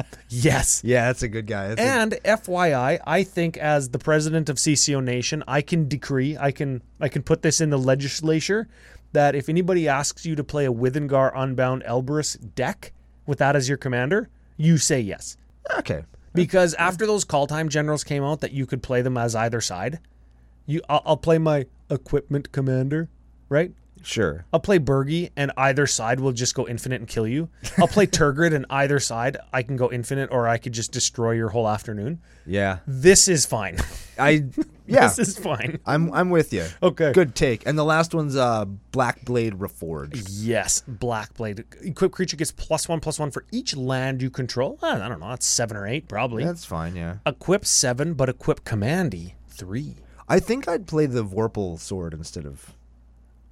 S2: yes.
S1: Yeah, that's a good guy. That's a-
S2: And FYI, I think as the president of CCO Nation, I can decree, I can I can put this in the legislature that if anybody asks you to play a Withengar Unbound Elbrus deck with that as your commander, you say yes.
S1: okay.
S2: Because after those call time generals came out that you could play them as either side, you I'll, I'll play my equipment commander, right?
S1: Sure.
S2: I'll play Bergy and either side will just go infinite and kill you. I'll play Turgid and either side I can go infinite or I could just destroy your whole afternoon
S1: Yeah.
S2: this is fine.
S1: I yeah.
S2: this is fine.
S1: I'm I'm with you.
S2: Okay.
S1: Good take. And the last one's uh Black Blade Reforged.
S2: Yes, Black Blade. Equipped creature gets plus one, plus one for each land you control. Ah, I I don't know. That's seven or eight, probably.
S1: That's fine, yeah.
S2: Equip seven, but equip Commandy three.
S1: I think I'd play the Vorpal sword instead of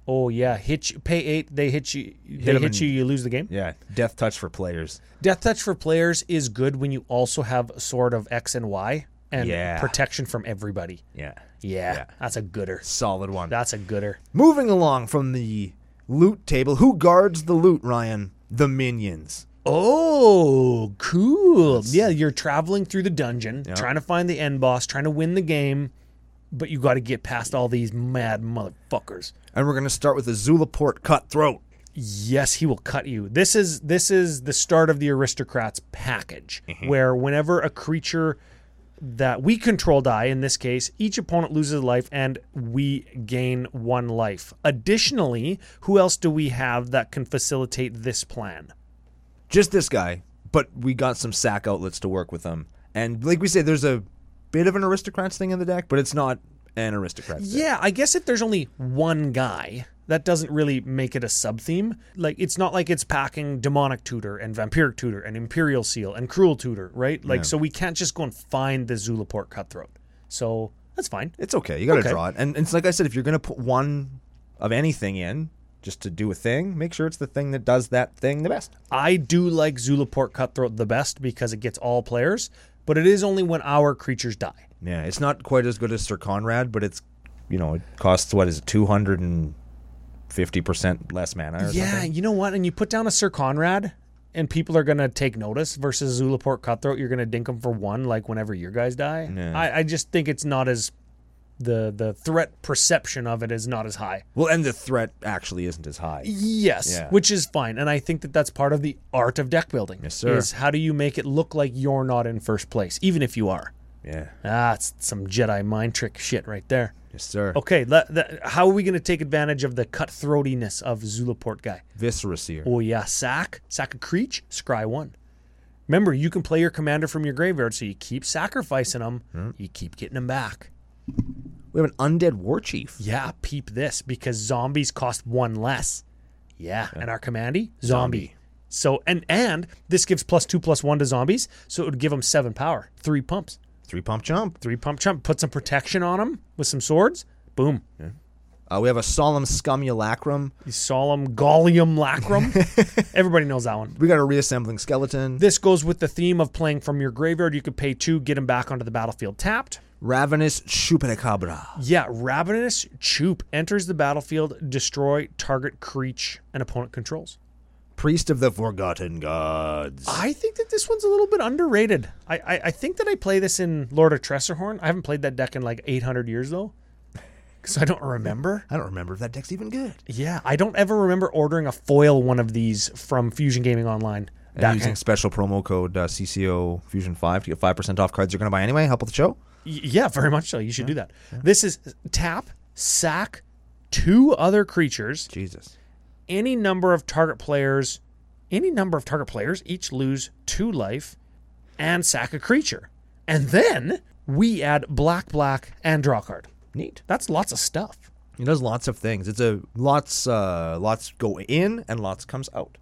S2: Oh yeah, hit you, pay eight. They hit you. they
S1: 'em
S2: hit
S1: and-
S2: you. You lose the game.
S1: yeah, Death Touch for players.
S2: Death touch for players is good when you also have a sort of X and Y and
S1: Yeah.
S2: protection from everybody.
S1: Yeah.
S2: Yeah, that's a gooder.
S1: Solid one.
S2: That's a gooder.
S1: Moving along from the loot table, who guards the loot, Ryan? The minions.
S2: Oh, cool. Yeah, you're traveling through the dungeon, trying to find the end boss, trying to win the game. but you got to get past all these mad motherfuckers.
S1: And we're going to start with the Zulaport Cutthroat.
S2: Yes, he will cut you. This is this is the start of the aristocrats package, where whenever a creature that we control die, in this case, each opponent loses a life and we gain one life. Additionally, who else do we have that can facilitate this plan?
S1: Just this guy, but we got some sack outlets to work with them. And like we say, there's a bit of an aristocrats thing in the deck, but it's not an aristocrats. deck.
S2: Yeah, I guess if there's only one guy, that doesn't really make it a sub theme. Like it's not like it's packing demonic tutor and vampiric tutor and imperial seal and cruel tutor, right? Like so we can't just go and find the Zulaport cutthroat. So that's fine.
S1: It's okay. You got to
S2: Okay.
S1: draw it. And, and it's like I said, if you're going to put one of anything in just to do a thing, make sure it's the thing that does that thing the best.
S2: I do like Zulaport cutthroat the best because it gets all players, but it is only when our creatures die.
S1: Yeah, it's not quite as good as Sir Conrad, but it's, you know, it costs, what is it, 250% less mana or
S2: Yeah,
S1: something?
S2: you know what? And you put down a Sir Conrad, and people are gonna take notice. Versus Zulaport Cutthroat, you're gonna dink them for one, like whenever your guys die.
S1: Yeah.
S2: I, I just think it's not as the the threat perception of it is not as high.
S1: Well, and the threat actually isn't as high.
S2: Yes,
S1: Yeah.
S2: which is fine, and I think that that's part of the art of deck building. Yes,
S1: sir.
S2: Is how do you make it look like you're not in first place, even if you are?
S1: Yeah.
S2: Ah, it's some Jedi mind trick shit right there.
S1: Yes, sir.
S2: Okay, let, that, how are we going to take advantage of the cutthroatiness of Zulaport guy?
S1: Viscerous here.
S2: Oh yeah, sack, sack a creech, scry one. Remember, you can play your commander from your graveyard, so you keep sacrificing them, you keep getting them back.
S1: We have an undead war chief.
S2: Yeah, peep this because zombies cost one less. Yeah, and our commandy zombie. So and and this gives plus two plus one to zombies, so it would give them seven power, three pumps,
S1: Three pump jump.
S2: three pump chump. Put some protection on them with some swords. Boom,
S1: Uh, we have a solemn scumulacrum.
S2: you solemn gallium lacrum. Everybody knows that one.
S1: We got a reassembling skeleton.
S2: This goes with the theme of playing from your graveyard. You could pay two, get him back onto the battlefield tapped.
S1: Ravenous chupacabra.
S2: Yeah, Ravenous Choop enters the battlefield, destroy target creature an opponent controls.
S1: Priest of the forgotten gods.
S2: I think that this one's a little bit underrated. I, I, I think that I play this in Lord of Tressorhorn. I haven't played that deck in like 800 years though, because I don't remember.
S1: I don't remember if that deck's even good.
S2: Yeah, I don't ever remember ordering a foil one of these from Fusion Gaming Online.
S1: And
S2: That
S1: using special promo code uh, CCO Fusion Five to get five percent off cards you're going to buy anyway. Help with the show.
S2: Y- Yeah, very much so. You should do that. This is tap, sack, two other creatures,
S1: Jesus.
S2: any number of target players, any number of target players each lose two life and sack a creature. And then we add black, black, and draw a card.
S1: Neat.
S2: That's lots of stuff.
S1: It does lots of things. It's a lots uh, lots go in and lots comes out.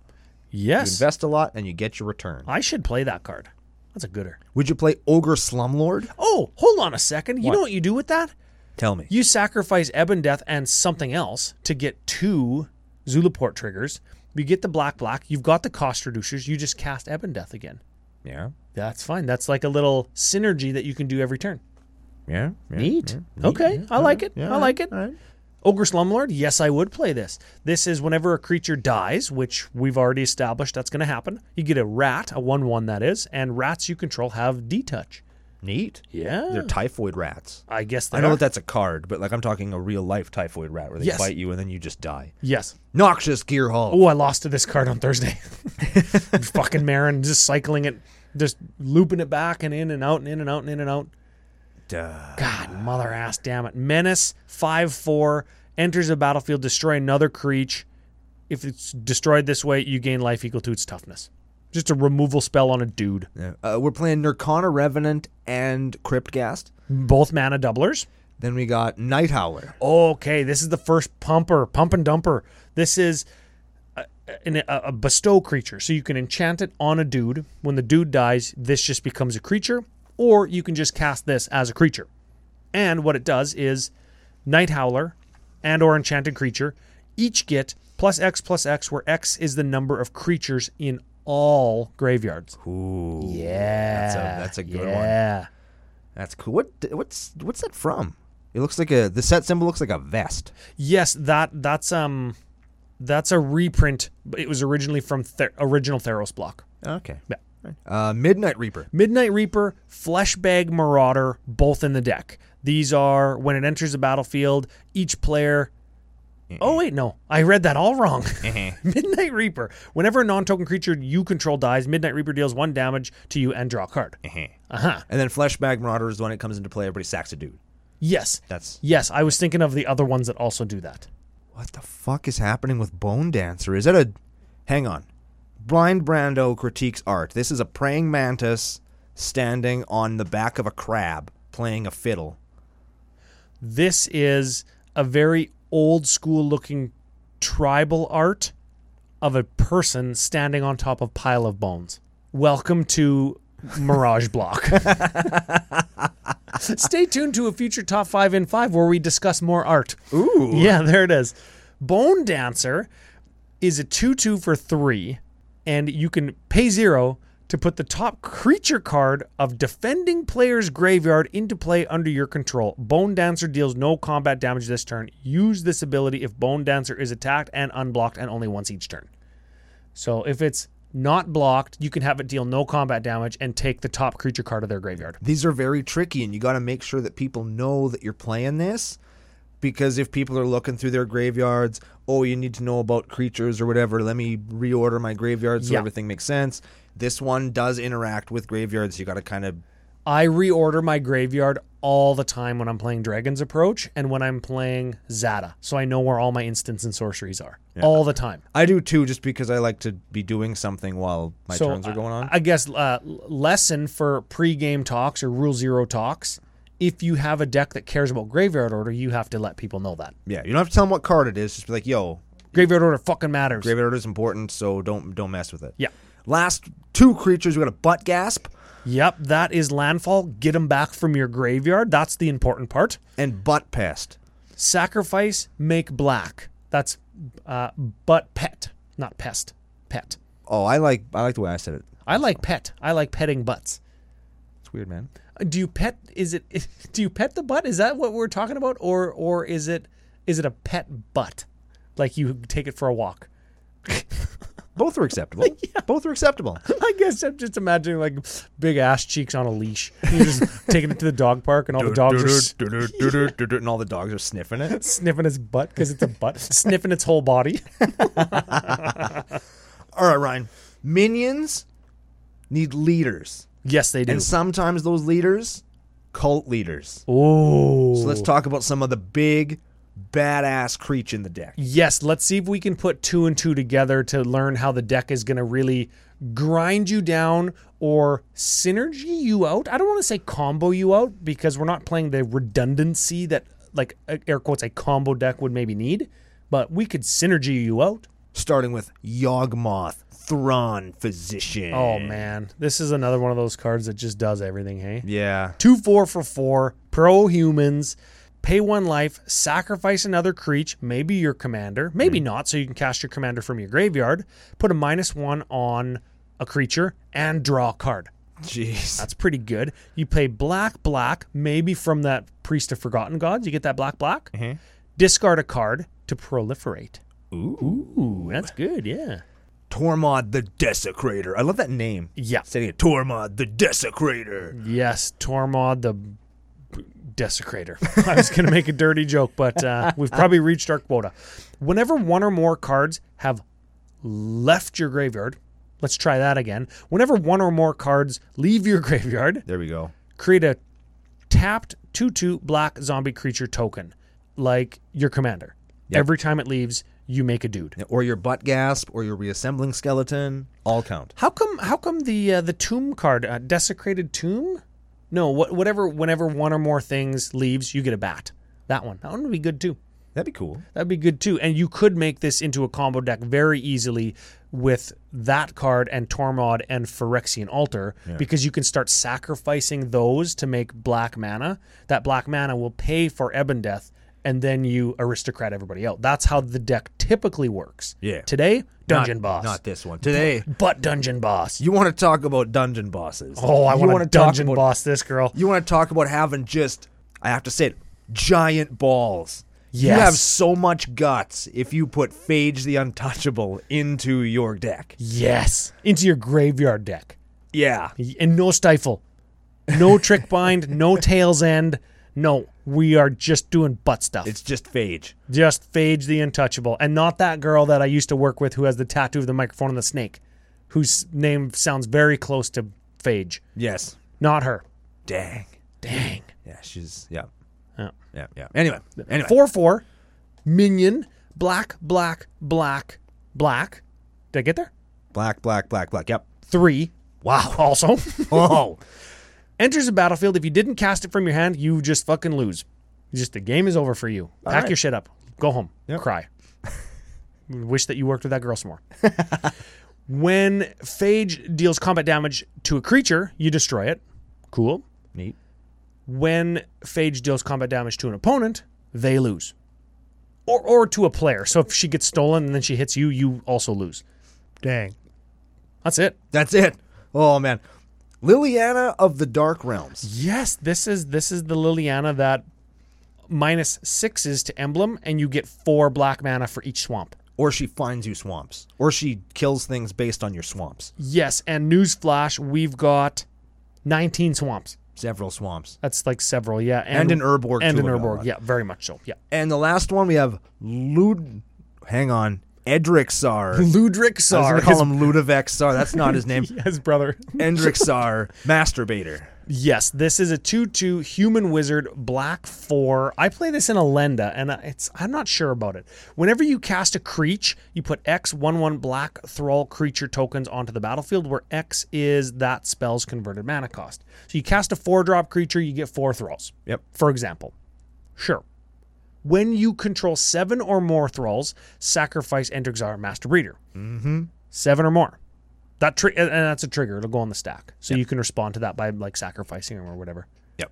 S1: You
S2: Yes.
S1: invest a lot and you get your return.
S2: I should play that card. That's a gooder.
S1: Would you play Ogre Slumlord?
S2: Oh, hold on a second. You
S1: What?
S2: know what you do with that?
S1: Tell me.
S2: You sacrifice Ebon Death and something else to get two Zulaport triggers. You get the black black. You've got the cost reducers. You just cast Ebon Death again.
S1: Yeah.
S2: That's fine. That's like a little synergy that you can do every turn.
S1: Yeah. yeah,
S2: Neat.
S1: yeah.
S2: Okay,
S1: Yeah,
S2: I like it.
S1: yeah,
S2: I like it.
S1: all right.
S2: Ogre Slumlord, yes, I would play this. This is whenever a creature dies, which we've already established that's going to happen. You get a rat, a 1 1 that is, and rats you control have detouch.
S1: Neat.
S2: Yeah.
S1: They're typhoid rats.
S2: I guess they
S1: I know
S2: are.
S1: that that's a card, but like I'm talking a real life typhoid rat where they
S2: Yes.
S1: bite you and then you just die.
S2: Yes.
S1: Noxious Gear Hall.
S2: Oh, I lost to this card on Thursday. Fucking Marin, just cycling it, just looping it back and in and out and in and out and in and out.
S1: Duh.
S2: God, mother ass, damn it. Menace, 5 4, enters the battlefield, destroy another creature. If it's destroyed this way, you gain life equal to its toughness. Just a removal spell on a dude.
S1: Yeah. Uh, we're playing Nurkana Revenant and Cryptgast.
S2: Both mana doublers.
S1: Then we got Night Howler.
S2: Okay, this is the first pumper, pump and dumper. This is a, an- a, a bestow creature. So you can enchant it on a dude. When the dude dies, this just becomes a creature, or you can just cast this as a creature. And what it does is Night Howler and or enchanted creature each get plus X plus X, where X is the number of creatures in all graveyards.
S1: Ooh. That's
S2: Yeah.
S1: a, that's a good one.
S2: yeah.
S1: That's cool. What what's what's that from? It looks like a the set symbol looks like a vest.
S2: Yes, that that's um that's a reprint. but It was originally from Ther- original Theros block.
S1: Okay.
S2: Yeah.
S1: Uh, Midnight Reaper.
S2: Midnight Reaper, Fleshbag Marauder, both in the deck. These are when it enters the battlefield, each player. Oh, wait, no. I read that all wrong. Midnight Reaper. Whenever a non token creature you control dies, Midnight Reaper deals one damage to you and draw a card.
S1: Uh-huh.
S2: Uh huh.
S1: And then Fleshbag Marauder is the one that comes into play. Everybody sacks a dude.
S2: Yes.
S1: That's
S2: Yes, I was thinking of the other ones that also do that.
S1: what the fuck is happening with Bone Dancer? Is that a? Hang on. Blind Brando critiques art. This is a praying mantis standing on the back of a crab playing a fiddle.
S2: This is a very old school looking tribal art of a person standing on top of pile of bones. Welcome to Mirage Block. Stay tuned to a future top 5 in 5 where we discuss more art.
S1: Ooh.
S2: Yeah, there it is. Bone Dancer is a 2 2 for 3, and you can pay zero to put the top creature card of defending player's graveyard into play under your control. Bone Dancer deals no combat damage this turn. Use this ability if Bone Dancer is attacked and unblocked and only once each turn. So if it's not blocked, you can have it deal no combat damage and take the top creature card of their graveyard.
S1: these are very tricky and you got to make sure that people know that you're playing this because if people are looking through their graveyards oh you need to know about creatures or whatever let me reorder my graveyard so
S2: Yeah.
S1: everything makes sense this one does interact with graveyards you got to kind of
S2: I reorder my graveyard all the time when I'm playing Dragon's Approach and when I'm playing Zada, so I know where all my instants and sorceries are all the time.
S1: i do too just because i like to be doing something while my
S2: so
S1: turns are going on
S2: I, I guess uh, l- lesson for pre-game talks or Rule Zero talks: if you have a deck that cares about graveyard order, you have to let people know that
S1: yeah you don't have to tell them what card it is just be like yo
S2: graveyard order fucking matters.
S1: graveyard is important so don't don't mess with it
S2: Yeah.
S1: last two creatures we got a butt gasp
S2: yep, that is landfall. Get them back from your graveyard. That's the important part.
S1: and butt pest
S2: Sacrifice, make black. That's uh, but pet, not pest. Pet.
S1: oh i like i like the way i said it
S2: I like pet. I like petting butts.
S1: it's weird man
S2: Uh, Do you pet? Is it? Do you pet the butt? Is that what we're talking about, or or is it is it a pet butt, like you take it for a walk?
S1: Both are acceptable. Both are acceptable.
S2: I guess I'm just imagining like big ass cheeks on a leash. You're just taking it to the dog park, and all the dogs are s-
S1: and all the dogs are sniffing it.
S2: sniffing its butt because it's a butt, sniffing its whole body.
S1: All right, Ryan. Minions need leaders,
S2: yes, they do.
S1: and sometimes those leaders, cult leaders.
S2: Oh,
S1: So let's talk about some of the big, badass creature in the deck.
S2: Yes, let's see if we can put two and two together to learn how the deck is going to really grind you down or synergy you out. I don't want to say combo you out because we're not playing the redundancy that, like, a- air quotes, a combo deck would maybe need, but we could synergy you out.
S1: Starting with Yawgmoth, Thrawn, Physician.
S2: Oh, man. This is another one of those cards that just does everything, hey?
S1: yeah.
S2: Two four for four, pro humans. Pay one life, sacrifice another creature, maybe your commander, maybe not, so you can cast your commander from your graveyard. Put a minus one on a creature and draw a card.
S1: Jeez.
S2: That's pretty good. You play black, black, maybe from that Priest of Forgotten Gods. You get that black, black. Discard a card to proliferate. Ooh, that's good, yeah.
S1: Tormod the Desecrator. I love that name.
S2: Yeah.
S1: Saying it, Tormod the Desecrator.
S2: Yes, Tormod the Desecrator. I was going to make a dirty joke, but uh, we've probably reached our quota. Whenever one or more cards have left your graveyard, let's try that again. Whenever one or more cards leave your graveyard,
S1: There we go.
S2: create a tapped 2 2 black zombie creature token, like your commander. Every time it leaves, you make a dude.
S1: or your butt gasp or your reassembling skeleton all count
S2: How come? How come the uh, the tomb card, uh, desecrated tomb? No, what, whatever. Whenever one or more things leaves, you get a bat. That one. That one would be good too.
S1: that'd be cool
S2: That'd be good too. And you could make this into a combo deck very easily with that card and Tormod and Phyrexian Altar because you can start sacrificing those to make black mana. That black mana will pay for Ebon Death, and then you aristocrat everybody out. That's how the deck typically works.
S1: Yeah.
S2: Today, dungeon boss.
S1: not this one today
S2: but dungeon boss.
S1: you want to talk about dungeon bosses
S2: Oh, I
S1: You
S2: want
S1: wanna
S2: to dungeon
S1: talk about,
S2: boss this girl.
S1: you want to talk about having just i have to say it giant balls you
S2: Yes.
S1: have so much guts if you put phage the untouchable into your deck
S2: Yes, into your graveyard deck,
S1: yeah
S2: and no stifle, no trick bind, no tails end, No, we are just doing butt stuff.
S1: It's just phage.
S2: just Phage the Untouchable, and not that girl that I used to work with who has the tattoo of the microphone and the snake, whose name sounds very close to Phage.
S1: Yes.
S2: Not her.
S1: Dang.
S2: Dang.
S1: Yeah, she's yeah.
S2: Yeah.
S1: Yeah, yeah. Anyway, anyway.
S2: Four four, minion, black, black, black, black. Did I get there?
S1: Black, black, black, black. Yep.
S2: Three. Wow. Also,
S1: Oh.
S2: enters the battlefield. If you didn't cast it from your hand, you just fucking lose. Just the game is over for you. Pack
S1: right.
S2: your shit up. Go home.
S1: Yep.
S2: Cry. Wish that you worked with that girl some more. when Phage deals combat damage to a creature, you destroy it. Cool.
S1: Neat.
S2: When Phage deals combat damage to an opponent, they lose. Or, or to a player. So if she gets stolen and then she hits you, you also lose.
S1: Dang.
S2: That's it.
S1: That's it. Oh man. Liliana of the Dark Realms.
S2: Yes, this is this is the Liliana that minus sixes to emblem, and you get four black mana for each swamp.
S1: Or she finds you swamps. Or she kills things based on your swamps.
S2: Yes, and newsflash, we've got nineteen swamps.
S1: Several swamps.
S2: That's like several, yeah,
S1: And an herb org,
S2: and
S1: too,
S2: an
S1: I
S2: herb
S1: got
S2: org,
S1: one.
S2: yeah, very much so, yeah.
S1: And the last one we have Lud hang on. Edrixar. I was
S2: Ludrixar,
S1: gonna call him Ludovexar. That's not his name.
S2: his, his brother.
S1: Endrixar, masturbator.
S2: Yes, this is a two-two human wizard, black four. I play this in Alenda, and I- it's I'm not sure about it. Whenever you cast a creature, you put X one one black thrall creature tokens onto the battlefield, where X is that spell's converted mana cost. So you cast a four-drop creature, you get four thralls.
S1: Yep.
S2: For example, sure. When you control seven or more thralls, sacrifice Endrixar Master Breeder. Mm-hmm. Seven or more. That tri- and and that's a trigger. It'll go on the stack, so you can respond to that by like sacrificing him or whatever.
S1: Yep.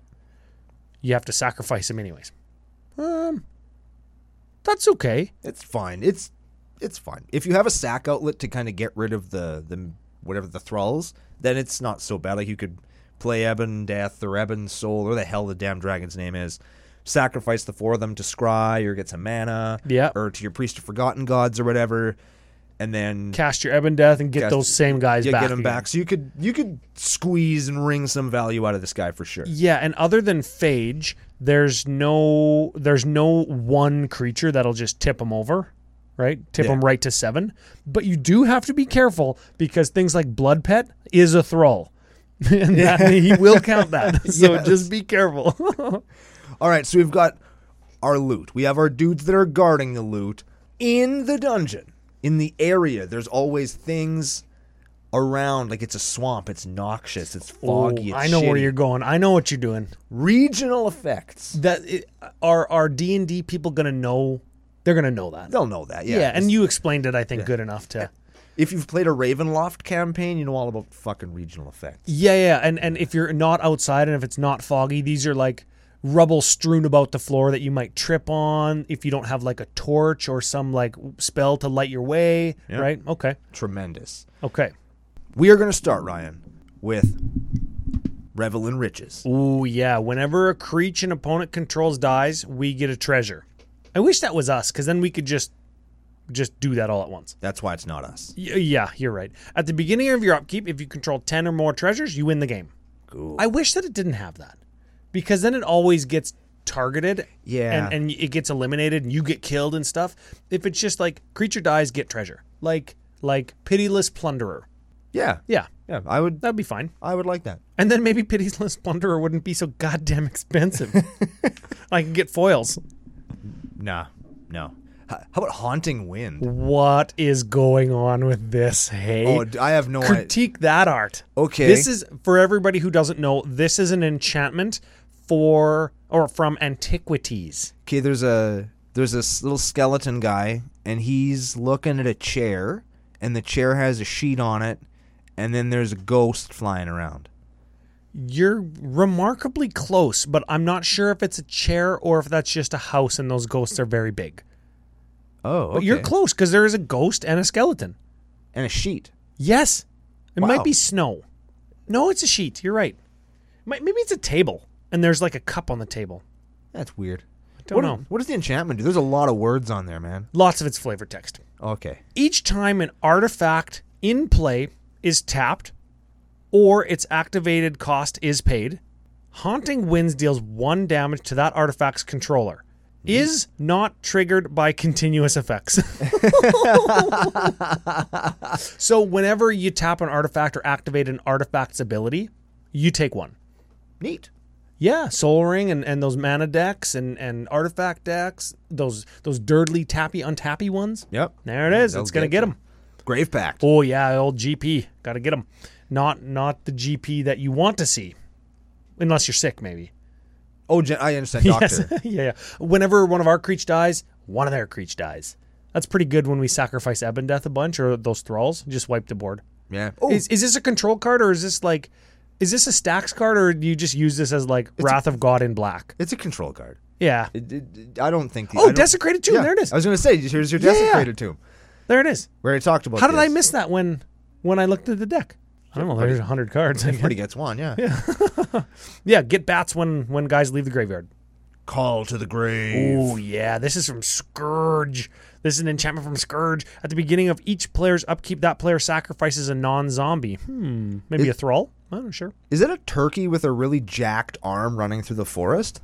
S2: You have to sacrifice him anyways. Um, that's okay.
S1: It's fine. It's it's fine. If you have a sack outlet to kind of get rid of the the whatever the thralls, then it's not so bad. Like you could play Ebon Death or Ebon Soul or the hell the damn dragon's name is. Sacrifice the four of them to scry or get some mana.
S2: Yeah.
S1: Or to your priest of forgotten gods or whatever. And then
S2: Cast your Ebon Death and get
S1: Cast-
S2: those same guys
S1: you
S2: back.
S1: get them
S2: again.
S1: back. So you could you could squeeze and wring some value out of this guy for sure.
S2: Yeah, and other than Phage, there's no there's no one creature that'll just tip them over, right? Tip
S1: Yeah.
S2: them right to seven. But you do have to be careful because things like Blood Pet is a thrall, and that, he will count that. So just be careful.
S1: All right, so we've got our loot. We have our dudes that are guarding the loot in the dungeon, in the area. There's always things around, like it's a swamp, it's noxious, it's foggy. it's
S2: Ooh, Oh, I know where
S1: shitty.
S2: you're going. I know what you're doing.
S1: Regional effects.
S2: That it, are are D and D people gonna know? They're gonna know that.
S1: They'll know that, yeah.
S2: Yeah, and you explained it, I think, good enough to.
S1: if you've played a Ravenloft campaign, you know all about fucking regional effects.
S2: Yeah, yeah, and and if you're not outside and if it's not foggy, these are like rubble strewn about the floor that you might trip on if you don't have like a torch or some like spell to light your way. Right? Okay.
S1: Tremendous.
S2: Okay.
S1: We are going to start, Ryan, with Revel in Riches.
S2: Ooh, yeah. Whenever a creature an opponent controls dies, we get a treasure. I wish that was us, because then we could just just do that all at once.
S1: That's why it's not us.
S2: Y- yeah, you're right. At the beginning of your upkeep, if you control 10 or more treasures, you win the game.
S1: Cool.
S2: I wish that it didn't have that because then it always gets targeted.
S1: Yeah.
S2: And, and it gets eliminated and you get killed and stuff. If it's just like creature dies, get treasure. Like, like pitiless plunderer.
S1: Yeah.
S2: Yeah,
S1: Yeah, I would
S2: that'd be fine.
S1: I would like that.
S2: And then maybe pitiless plunderer wouldn't be so goddamn expensive. I can get foils.
S1: Nah, no. H- How about haunting wind?
S2: What is going on with this? Hey,
S1: Oh, d- I have no idea.
S2: critique that art.
S1: Okay.
S2: This is for everybody who doesn't know. This is an enchantment for or from antiquities.
S1: Okay, there's a there's this little skeleton guy, and he's looking at a chair, and the chair has a sheet on it, and then there's a ghost flying around.
S2: You're remarkably close, but I'm not sure if it's a chair or if that's just a house and those ghosts are very big.
S1: Oh,
S2: But you're close because there is a ghost and a skeleton.
S1: and a sheet.
S2: Yes. It
S1: Wow.
S2: might be snow. No, it's a sheet. You're right. Might, maybe it's a table and there's like a cup on the table.
S1: That's weird.
S2: Don't
S1: what,
S2: know.
S1: What does the enchantment do? There's a lot of words on there, man.
S2: Lots of it's flavor text.
S1: Okay.
S2: Each time an artifact in play is tapped or its activated cost is paid, Haunting Winds deals one damage to that artifact's controller. Is not triggered by continuous effects. so, whenever you tap an artifact or activate an artifact's ability, you take one.
S1: Neat.
S2: Yeah, Soul Ring and, and those mana decks and, and artifact decks, those those dirtly tappy untappy ones.
S1: Yep.
S2: There it is.
S1: They'll
S2: It's gonna
S1: get
S2: get them.
S1: Grave Pact.
S2: Oh yeah, old GP. Got to get them. Not not the GP that you want to see, unless you're sick maybe.
S1: Oh, gen- I understand, Doctor.
S2: Yes. yeah, yeah. Whenever one of our creech dies, one of their creech dies. That's pretty good when we sacrifice Ebon Death a bunch or those thralls. Just wipe the board.
S1: Yeah. Oh,
S2: Is is this a control card or is this like, is this a stacks card or do you just use this as like Wrath of God in black?
S1: it's a control card.
S2: Yeah.
S1: It, it- it- I don't think. The, I
S2: Oh,
S1: don't-
S2: desecrated tomb.
S1: Yeah,
S2: There it is.
S1: I was going to say, here's your
S2: Yeah.
S1: desecrated tomb,
S2: There it is.
S1: where I talked about.
S2: How did I
S1: this.
S2: miss that when when I looked at the deck? I don't know. There's hundred cards. I guess.
S1: Everybody gets one. Yeah.
S2: Yeah, get bats when when guys leave the graveyard.
S1: Call to the grave.
S2: Oh yeah, this is from Scourge. This is an enchantment from Scourge. At the beginning of each player's upkeep, that player sacrifices a non-zombie. Hmm, maybe a thrall. I'm not sure.
S1: Is it a turkey with a really jacked arm running through the forest?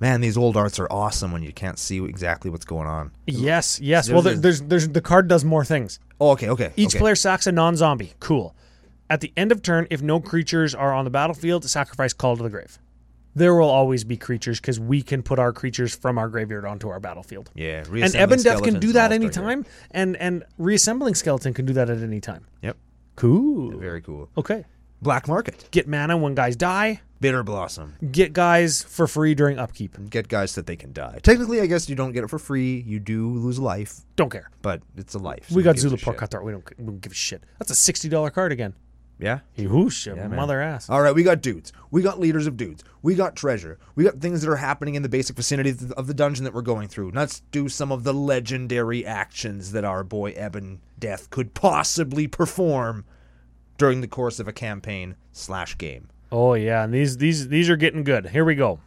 S1: Man, these old arts are awesome when you can't see exactly what's going on.
S2: Yes, yes. Well, there,
S1: There's a-
S2: there's there's the card does more things.
S1: Oh, okay, okay.
S2: Each
S1: okay.
S2: player sacks a non-zombie. Cool. At the end of turn, if no creatures are on the battlefield, sacrifice Call to the Grave. There will always be creatures because we can put our creatures from our graveyard onto our battlefield.
S1: Yeah,
S2: and
S1: reassembling
S2: Ebon Death
S1: skeletons
S2: can do
S1: and
S2: that
S1: all stuff
S2: anytime, and and reassembling skeleton can do that at any time.
S1: here. Yep,
S2: Cool.
S1: very cool.
S2: Okay.
S1: Black market,
S2: Get mana when guys die.
S1: bitter blossom.
S2: Get guys for free during upkeep.
S1: Get guys that they can die. Technically, I guess you don't get it for free. You do lose a life,
S2: Don't care.
S1: but it's a life. so
S2: We
S1: who
S2: got
S1: gives a
S2: Zula
S1: shit?
S2: Cutthroat. We don't, we don't give a shit. That's a sixty dollar card again.
S1: Yeah.
S2: Yahusha, mother ass.
S1: All right, we got dudes. We got leaders of dudes. We got treasure. We got things that are happening in the basic vicinity of the- of the dungeon that we're going through. Let's do some of the legendary actions that our boy Ebon Death could possibly perform during the course of a campaign slash game.
S2: Oh yeah, and these these these are getting good. Here we go.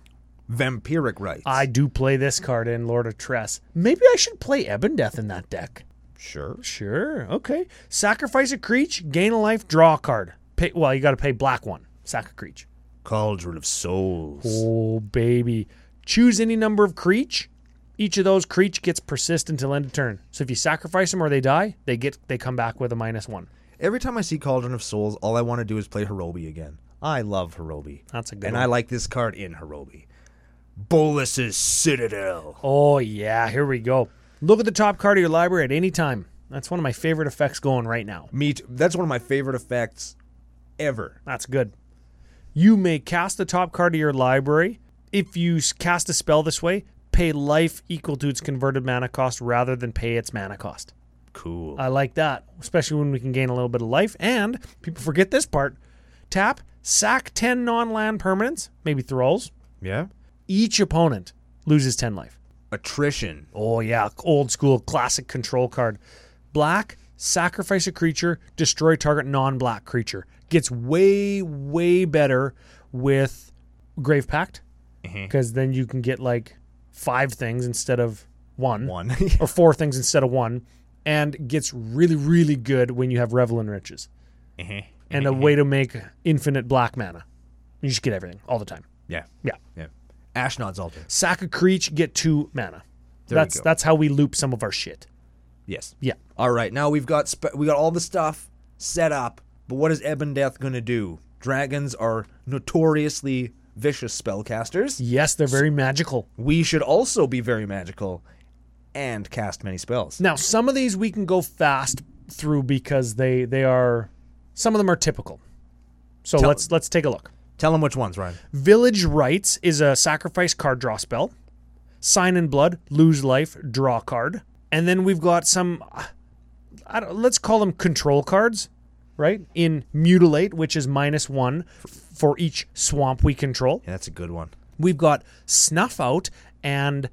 S1: Vampiric rites.
S2: I do play this card in Lord of Tress. Maybe I should play Ebon Death in that deck.
S1: sure.
S2: Sure. Okay. Sacrifice a creature, gain a life, draw a card. Pay, well, you got to pay black one. Sack a creature.
S1: Cauldron of Souls.
S2: Oh baby. Choose any number of creature. Each of those creature gets persist until end of turn. So if you sacrifice them or they die, they get they come back with a minus one.
S1: Every time I see Cauldron of Souls, all I want to do is play Hirobi again. I love Hirobi.
S2: That's a good
S1: And
S2: one.
S1: I like this card in Hirobi. Bolus's Citadel.
S2: oh yeah, here we go. Look at the top card of your library at any time. That's one of my favorite effects going right now.
S1: Me too. That's one of my favorite effects ever.
S2: That's good. You may cast the top card of your library. If you s- cast a spell this way, pay life equal to its converted mana cost rather than pay its mana cost.
S1: Cool.
S2: I like that, especially when we can gain a little bit of life. And people forget this part tap, sack 10 non land permanents, maybe thralls.
S1: yeah.
S2: Each opponent loses 10 life.
S1: Attrition.
S2: Oh, yeah. Old school classic control card. Black, sacrifice a creature, destroy target non black creature. Gets way, way better with Grave Pact because then you can get like five things instead of one,
S1: One.
S2: or four things instead of one, and gets really, really good when you have Revel and Riches
S1: Uh-huh.
S2: and a
S1: Mm-hmm.
S2: way to make infinite black mana. You just get everything all the time.
S1: yeah.
S2: Yeah.
S1: Yeah. Ashnod's altar.
S2: Sack a creature, get two mana.
S1: There we
S2: that's
S1: go.
S2: that's how we loop some of our shit.
S1: Yes.
S2: Yeah.
S1: All right. Now we've got spe- we got all the stuff set up, but what is Ebon Death going to do? Dragons are notoriously vicious spellcasters.
S2: Yes, they're very magical.
S1: We should also be very magical and cast many spells.
S2: Now, some of these we can go fast through because they they are some of them are typical. So let's let's take a look.
S1: Tell them which ones, Ryan.
S2: Village Rites is a sacrifice card draw spell. Sign in Blood, lose life, draw card. And then we've got some, I don't, let's call them control cards, right? In Mutilate, which is minus one f- for each swamp we control.
S1: Yeah, that's a good one.
S2: We've got Snuff Out and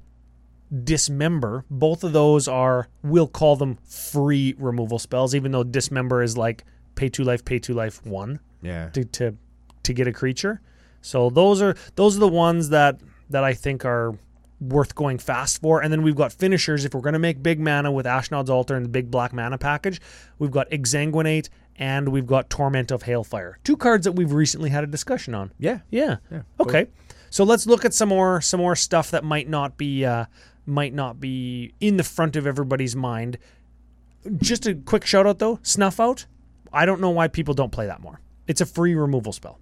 S2: Dismember. Both of those are, we'll call them free removal spells, even though Dismember is like pay two life, pay two life, one
S1: Yeah.
S2: to, to to get a creature. So those are those are the ones that that I think are worth going fast for. And then we've got finishers. If we're going to make big mana with Ashnod's Altar and the big black mana package, we've got Exsanguinate and we've got Torment of Hailfire. Two cards that we've recently had a discussion on.
S1: Yeah.
S2: Yeah. Okay. So let's look at some more some more stuff that might not be uh, might not be in the front of everybody's mind. Just a quick shout out though, snuff out. I don't know why people don't play that more. It's a free removal spell.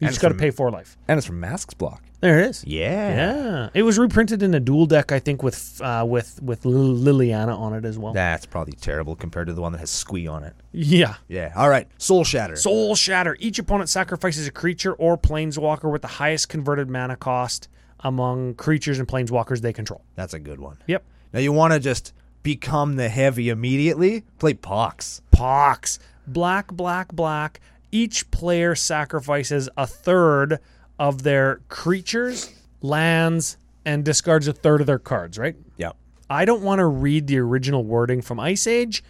S2: You
S1: And
S2: just got to
S1: from-
S2: pay four life.
S1: And it's from Masks Block.
S2: There it is.
S1: Yeah.
S2: Yeah, it was reprinted in a dual deck, I think, with uh, with with Lil- Liliana on it as well.
S1: That's probably terrible compared to the one that has Squee on it.
S2: yeah,
S1: Yeah. All right. Soul Shatter.
S2: Soul Shatter. Each opponent sacrifices a creature or planeswalker with the highest converted mana cost among creatures and planeswalkers they control.
S1: That's a good one.
S2: Yep.
S1: Now you want to just become the heavy immediately? Play Pox.
S2: Pox. Black, black, black. Each player sacrifices a third of their creatures, lands, and discards a third of their cards, right?
S1: Yep.
S2: I don't want to read the original wording from Ice Age,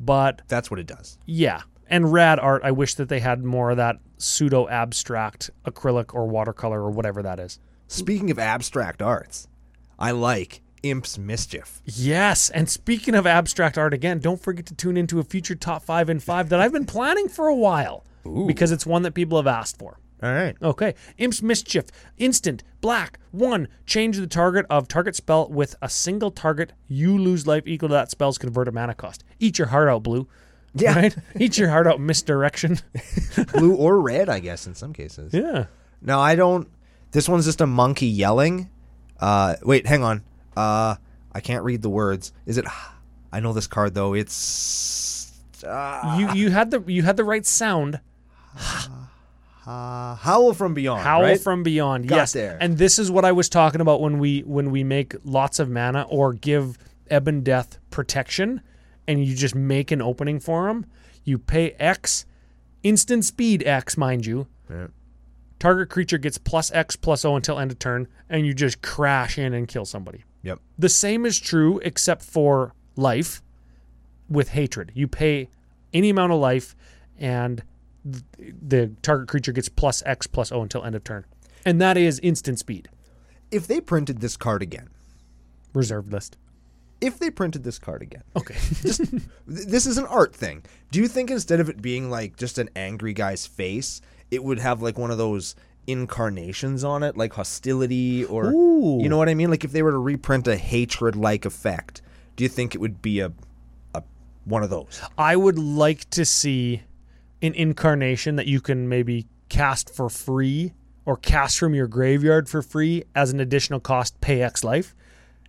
S2: but
S1: That's what it does.
S2: yeah. And rad art, I wish that they had more of that pseudo abstract acrylic or watercolor or whatever that is.
S1: Speaking of abstract arts, I like Imp's Mischief.
S2: Yes, and speaking of abstract art again, don't forget to tune into a future top five and five that I've been planning for a while because it's one that people have asked for.
S1: All right.
S2: Okay, Imp's Mischief, instant, black, one, change the target of target spell with a single target. You lose life equal to that spell's converted mana cost. Eat your heart out, blue.
S1: Yeah.
S2: Right? Eat your heart out, misdirection.
S1: Blue or red, I guess, in some cases.
S2: yeah.
S1: Now I don't. This one's just a monkey yelling. Uh, wait, hang on. Uh, I can't read the words. Is it? I know this card though. It's. Uh,
S2: You you had the you had the right sound.
S1: uh, Howl from Beyond.
S2: Howl
S1: right?
S2: from Beyond.
S1: Got
S2: yes.
S1: there.
S2: And this is what I was talking about when we when we make lots of mana or give Ebon Death protection, and you just make an opening for him. You pay X, instant speed X, mind you.
S1: Yeah.
S2: Target creature gets plus X plus O until end of turn, and you just crash in and kill somebody.
S1: Yep.
S2: The same is true except for life with hatred. You pay any amount of life, and th- the target creature gets plus X plus O until end of turn. And that is instant speed.
S1: If they printed this card again,
S2: Reserved list.
S1: if they printed this card again,
S2: Okay.
S1: th- this is an art thing. Do you think instead of it being like just an angry guy's face, it would have like one of those incarnations on it, like hostility or
S2: Ooh.
S1: you know what I mean? Like if they were to reprint a hatred-like effect, do you think it would be a, a one of those?
S2: I would like to see an incarnation that you can maybe cast for free or cast from your graveyard for free as an additional cost. Pay X life.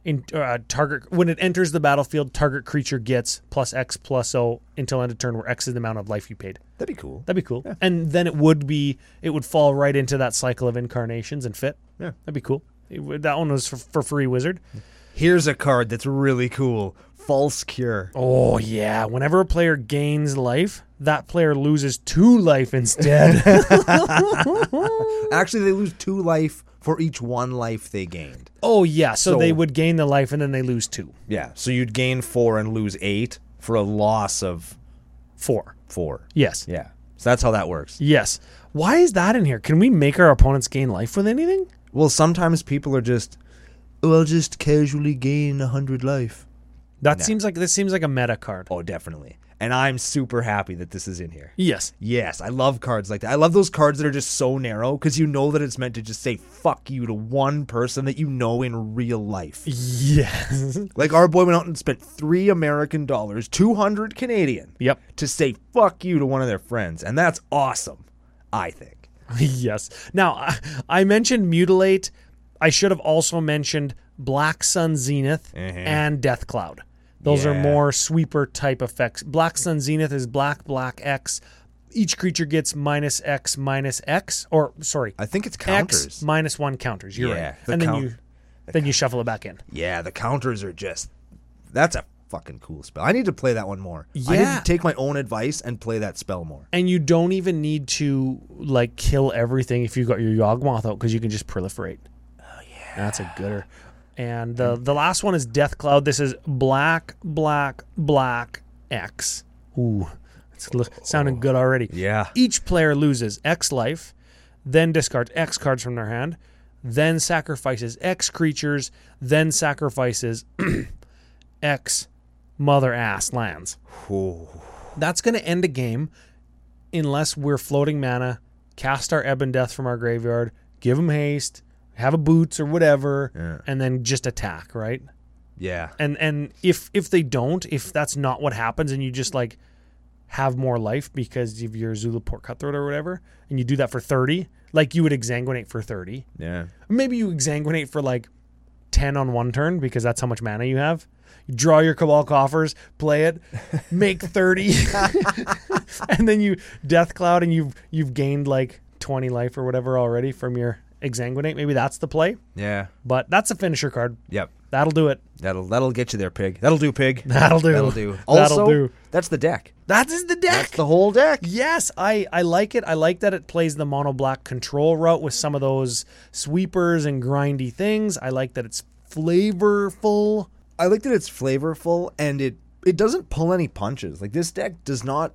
S2: In uh, target when it enters the battlefield, target creature gets plus X plus O until end of turn, where X is the amount of life you paid.
S1: That'd be cool.
S2: That'd be cool. And then it would be it would fall right into that cycle of incarnations and fit.
S1: Yeah.
S2: that'd be cool. It would- that one was for, for free wizard.
S1: Here's a card that's really cool. False Cure.
S2: Oh yeah, whenever a player gains life, that player loses two life instead.
S1: Actually, they lose two life for each one life they gained.
S2: oh yeah, so, they
S1: So-
S2: would gain the life and then they lose two,
S1: Yeah. So you'd gain four and lose eight for a loss of
S2: four.
S1: four.
S2: Yes,
S1: Yeah. So that's how that works.
S2: yes. Why is that in here? Can we make our opponents gain life with anything?
S1: Well, sometimes people are just, oh, I'll just casually gain a hundred life.
S2: That seems like this seems like a meta card.
S1: Oh, definitely. And I'm super happy that this is in here.
S2: Yes,
S1: Yes, I love cards like that. I love those cards that are just so narrow because you know that it's meant to just say fuck you to one person that you know in real life.
S2: yes.
S1: Like our boy went out and spent three American dollars, 200 Canadian,
S2: yep.
S1: to say fuck you to one of their friends. And that's awesome, I think.
S2: yes. Now, I, I mentioned Mutilate. I should have also mentioned Black Sun Zenith and Death Cloud. Those are
S1: Yeah.
S2: more sweeper type effects. Black Sun Zenith is black, black X. Each creature gets minus X, minus X, or sorry,
S1: I think it's counters.
S2: X minus one counters. You're
S1: Yeah,
S2: right.
S1: the
S2: and then
S1: count-
S2: you then you shuffle it back in.
S1: Yeah, the counters are just that's a fucking cool spell. I need to play that one more. I need
S2: Yeah.
S1: to take my own advice and play that spell more.
S2: And you don't even need to like kill everything if you got your Yawgmoth out because you can just proliferate. Oh yeah, that's a gooder. And the the last one is Death Cloud. This is black, black, black X. Ooh, it's li-
S1: Oh,
S2: sounding good already.
S1: Yeah.
S2: Each player loses X life, then discards X cards from their hand, then sacrifices X creatures, then sacrifices X mother ass lands. That's going to end a game unless we're floating mana, cast our Ebon Death from our graveyard, give them haste, have a boots or whatever,
S1: Yeah.
S2: and then just attack, right?
S1: Yeah.
S2: And and if if they don't, if that's not what happens, and you just like have more life because of your Zulaport Cutthroat or whatever, and you do that for thirty, like you would exanguinate for thirty,
S1: Yeah.
S2: maybe you exanguinate for like 10 on one turn because that's how much mana you have you draw your cabal coffers play it make 30 and then you death cloud and you've you've gained like 20 life or whatever already from your exanguinate maybe that's the play
S1: Yeah.
S2: but that's a finisher card
S1: Yep.
S2: that'll do it
S1: That'll that'll get you there, pig. That'll do, pig.
S2: That'll do.
S1: That'll do.
S2: That'll
S1: Also,
S2: do.
S1: that's the deck.
S2: that is the deck
S1: That's the whole deck.
S2: Yes, I, I like it. I like that it plays the mono black control route with some of those sweepers and grindy things. I like that it's flavorful.
S1: I like that it's flavorful and it it doesn't pull any punches. Like this deck does not.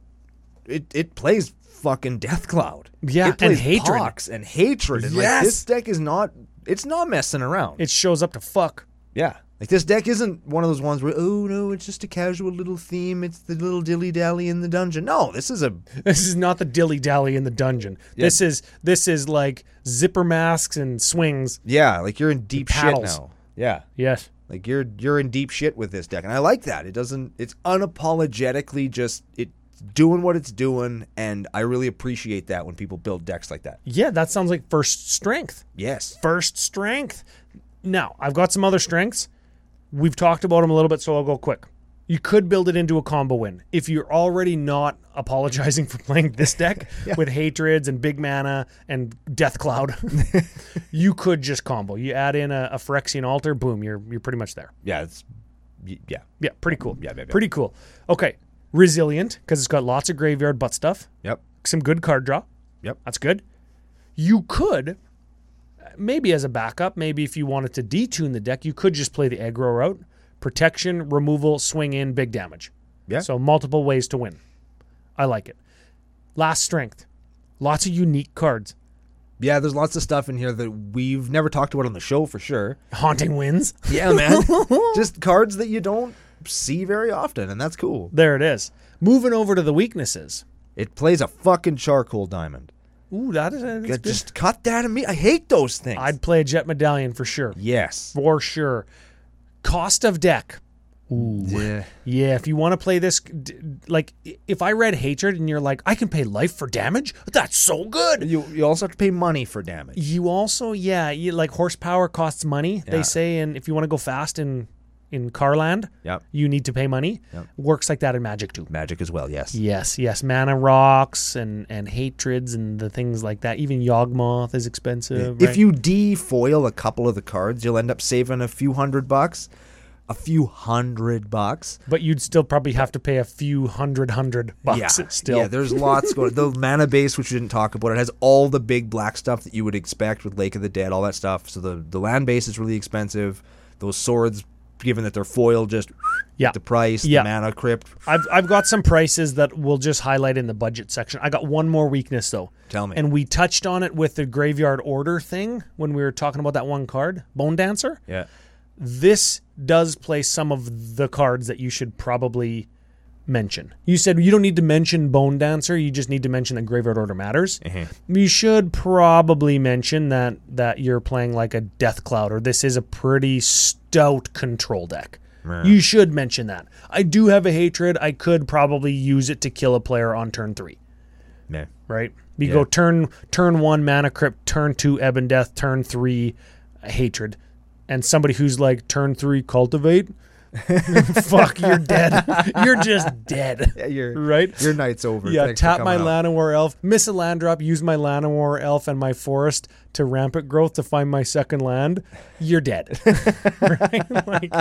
S1: It it plays fucking Death Cloud.
S2: Yeah,
S1: it
S2: and
S1: plays
S2: hatred.
S1: Pox and hatred. And
S2: Yes!
S1: like this deck is not. It's not messing around.
S2: It shows up to fuck.
S1: yeah. Like this deck isn't one of those ones where oh no, it's just a casual little theme. It's the little dilly dally in the dungeon. No, this is a
S2: This is not the dilly dally in the dungeon. This is this is like zipper masks and swings.
S1: yeah. Like you're in deep shit
S2: paddles.
S1: now. Yeah.
S2: Yes.
S1: Like you're you're in deep shit with this deck, and I like that. It doesn't. It's unapologetically just it doing what it's doing, and I really appreciate that when people build decks like that.
S2: Yeah, that sounds like first strength.
S1: Yes.
S2: First strength. Now, I've got some other strengths. We've talked about them a little bit, so I'll go quick. You could build it into a combo win. If you're already not apologizing for playing this deck with hatreds and big mana and death cloud, you could just combo. You add in a, a Phyrexian altar, boom, you're you're pretty much there.
S1: Yeah. It's y- yeah.
S2: Yeah, pretty cool.
S1: Yeah, yeah, yeah.
S2: Pretty cool. Okay. Resilient, because it's got lots of graveyard butt stuff.
S1: Yep.
S2: Some good card draw.
S1: Yep.
S2: That's good. You could, maybe as a backup, maybe if you wanted to detune the deck, you could just play the aggro route. Protection, removal, swing in, big damage.
S1: Yeah.
S2: So multiple ways to win. I like it. Last strength. Lots of unique cards.
S1: Yeah. There's lots of stuff in here that we've never talked about on the show for sure.
S2: Haunting wins.
S1: Yeah, man. just cards that you don't see very often, and that's cool.
S2: There it is. Moving over to the weaknesses.
S1: It plays a fucking charcoal diamond.
S2: Ooh, that is. that's good.
S1: Just cut that me. I hate those things.
S2: I'd play a Jet Medallion for sure.
S1: yes.
S2: for sure. Cost of deck.
S1: Yeah.
S2: Yeah, if you want to play this, d- like i- if I read Hatred and you're like, I can pay life for damage, that's so good.
S1: You you also have to pay money for damage.
S2: You also, yeah, you, like horsepower costs money.
S1: Yeah.
S2: They say, and if you want to go fast in in Carland,
S1: Yep.
S2: you need to pay money. Works like that in Magic too.
S1: Magic as well. Yes.
S2: Yes, yes, mana rocks and and hatreds and the things like that. Even Yawgmoth is expensive.
S1: If
S2: right?
S1: you defoil a couple of the cards, you'll end up saving a few hundred bucks. A few hundred bucks.
S2: but you'd still probably have to pay a few hundred hundred bucks still.
S1: Yeah, there's lots going The mana base, which we didn't talk about, it has all the big black stuff that you would expect with Lake of the Dead, all that stuff. So the, the land base is really expensive. Those swords, given that they're foil, just
S2: Yeah.
S1: the price,
S2: Yeah.
S1: the mana crypt.
S2: I've, I've got some prices that we'll just highlight in the budget section. I got one more weakness though.
S1: Tell me.
S2: And we touched on it with the graveyard order thing when we were talking about that one card, Bone Dancer.
S1: Yeah.
S2: This does play some of the cards that you should probably mention. You said you don't need to mention Bone Dancer, you just need to mention that graveyard order matters. You should probably mention that that you're playing like a Death Cloud or this is a pretty stout control deck. You should mention that. I do have a hatred. I could probably use it to kill a player on turn 3
S1: Yeah.
S2: right? You go turn turn one mana crypt, turn two ebon death, turn three hatred, and somebody who's like turn three cultivate. Fuck, you're dead. you're just dead.
S1: you're-
S2: right.
S1: Your night's over.
S2: yeah,
S1: Thanks for
S2: tap my
S1: coming up.
S2: Llanowar elf, miss a land drop, use my Llanowar elf and my forest to rampant growth to find my second land. You're dead. right? Like,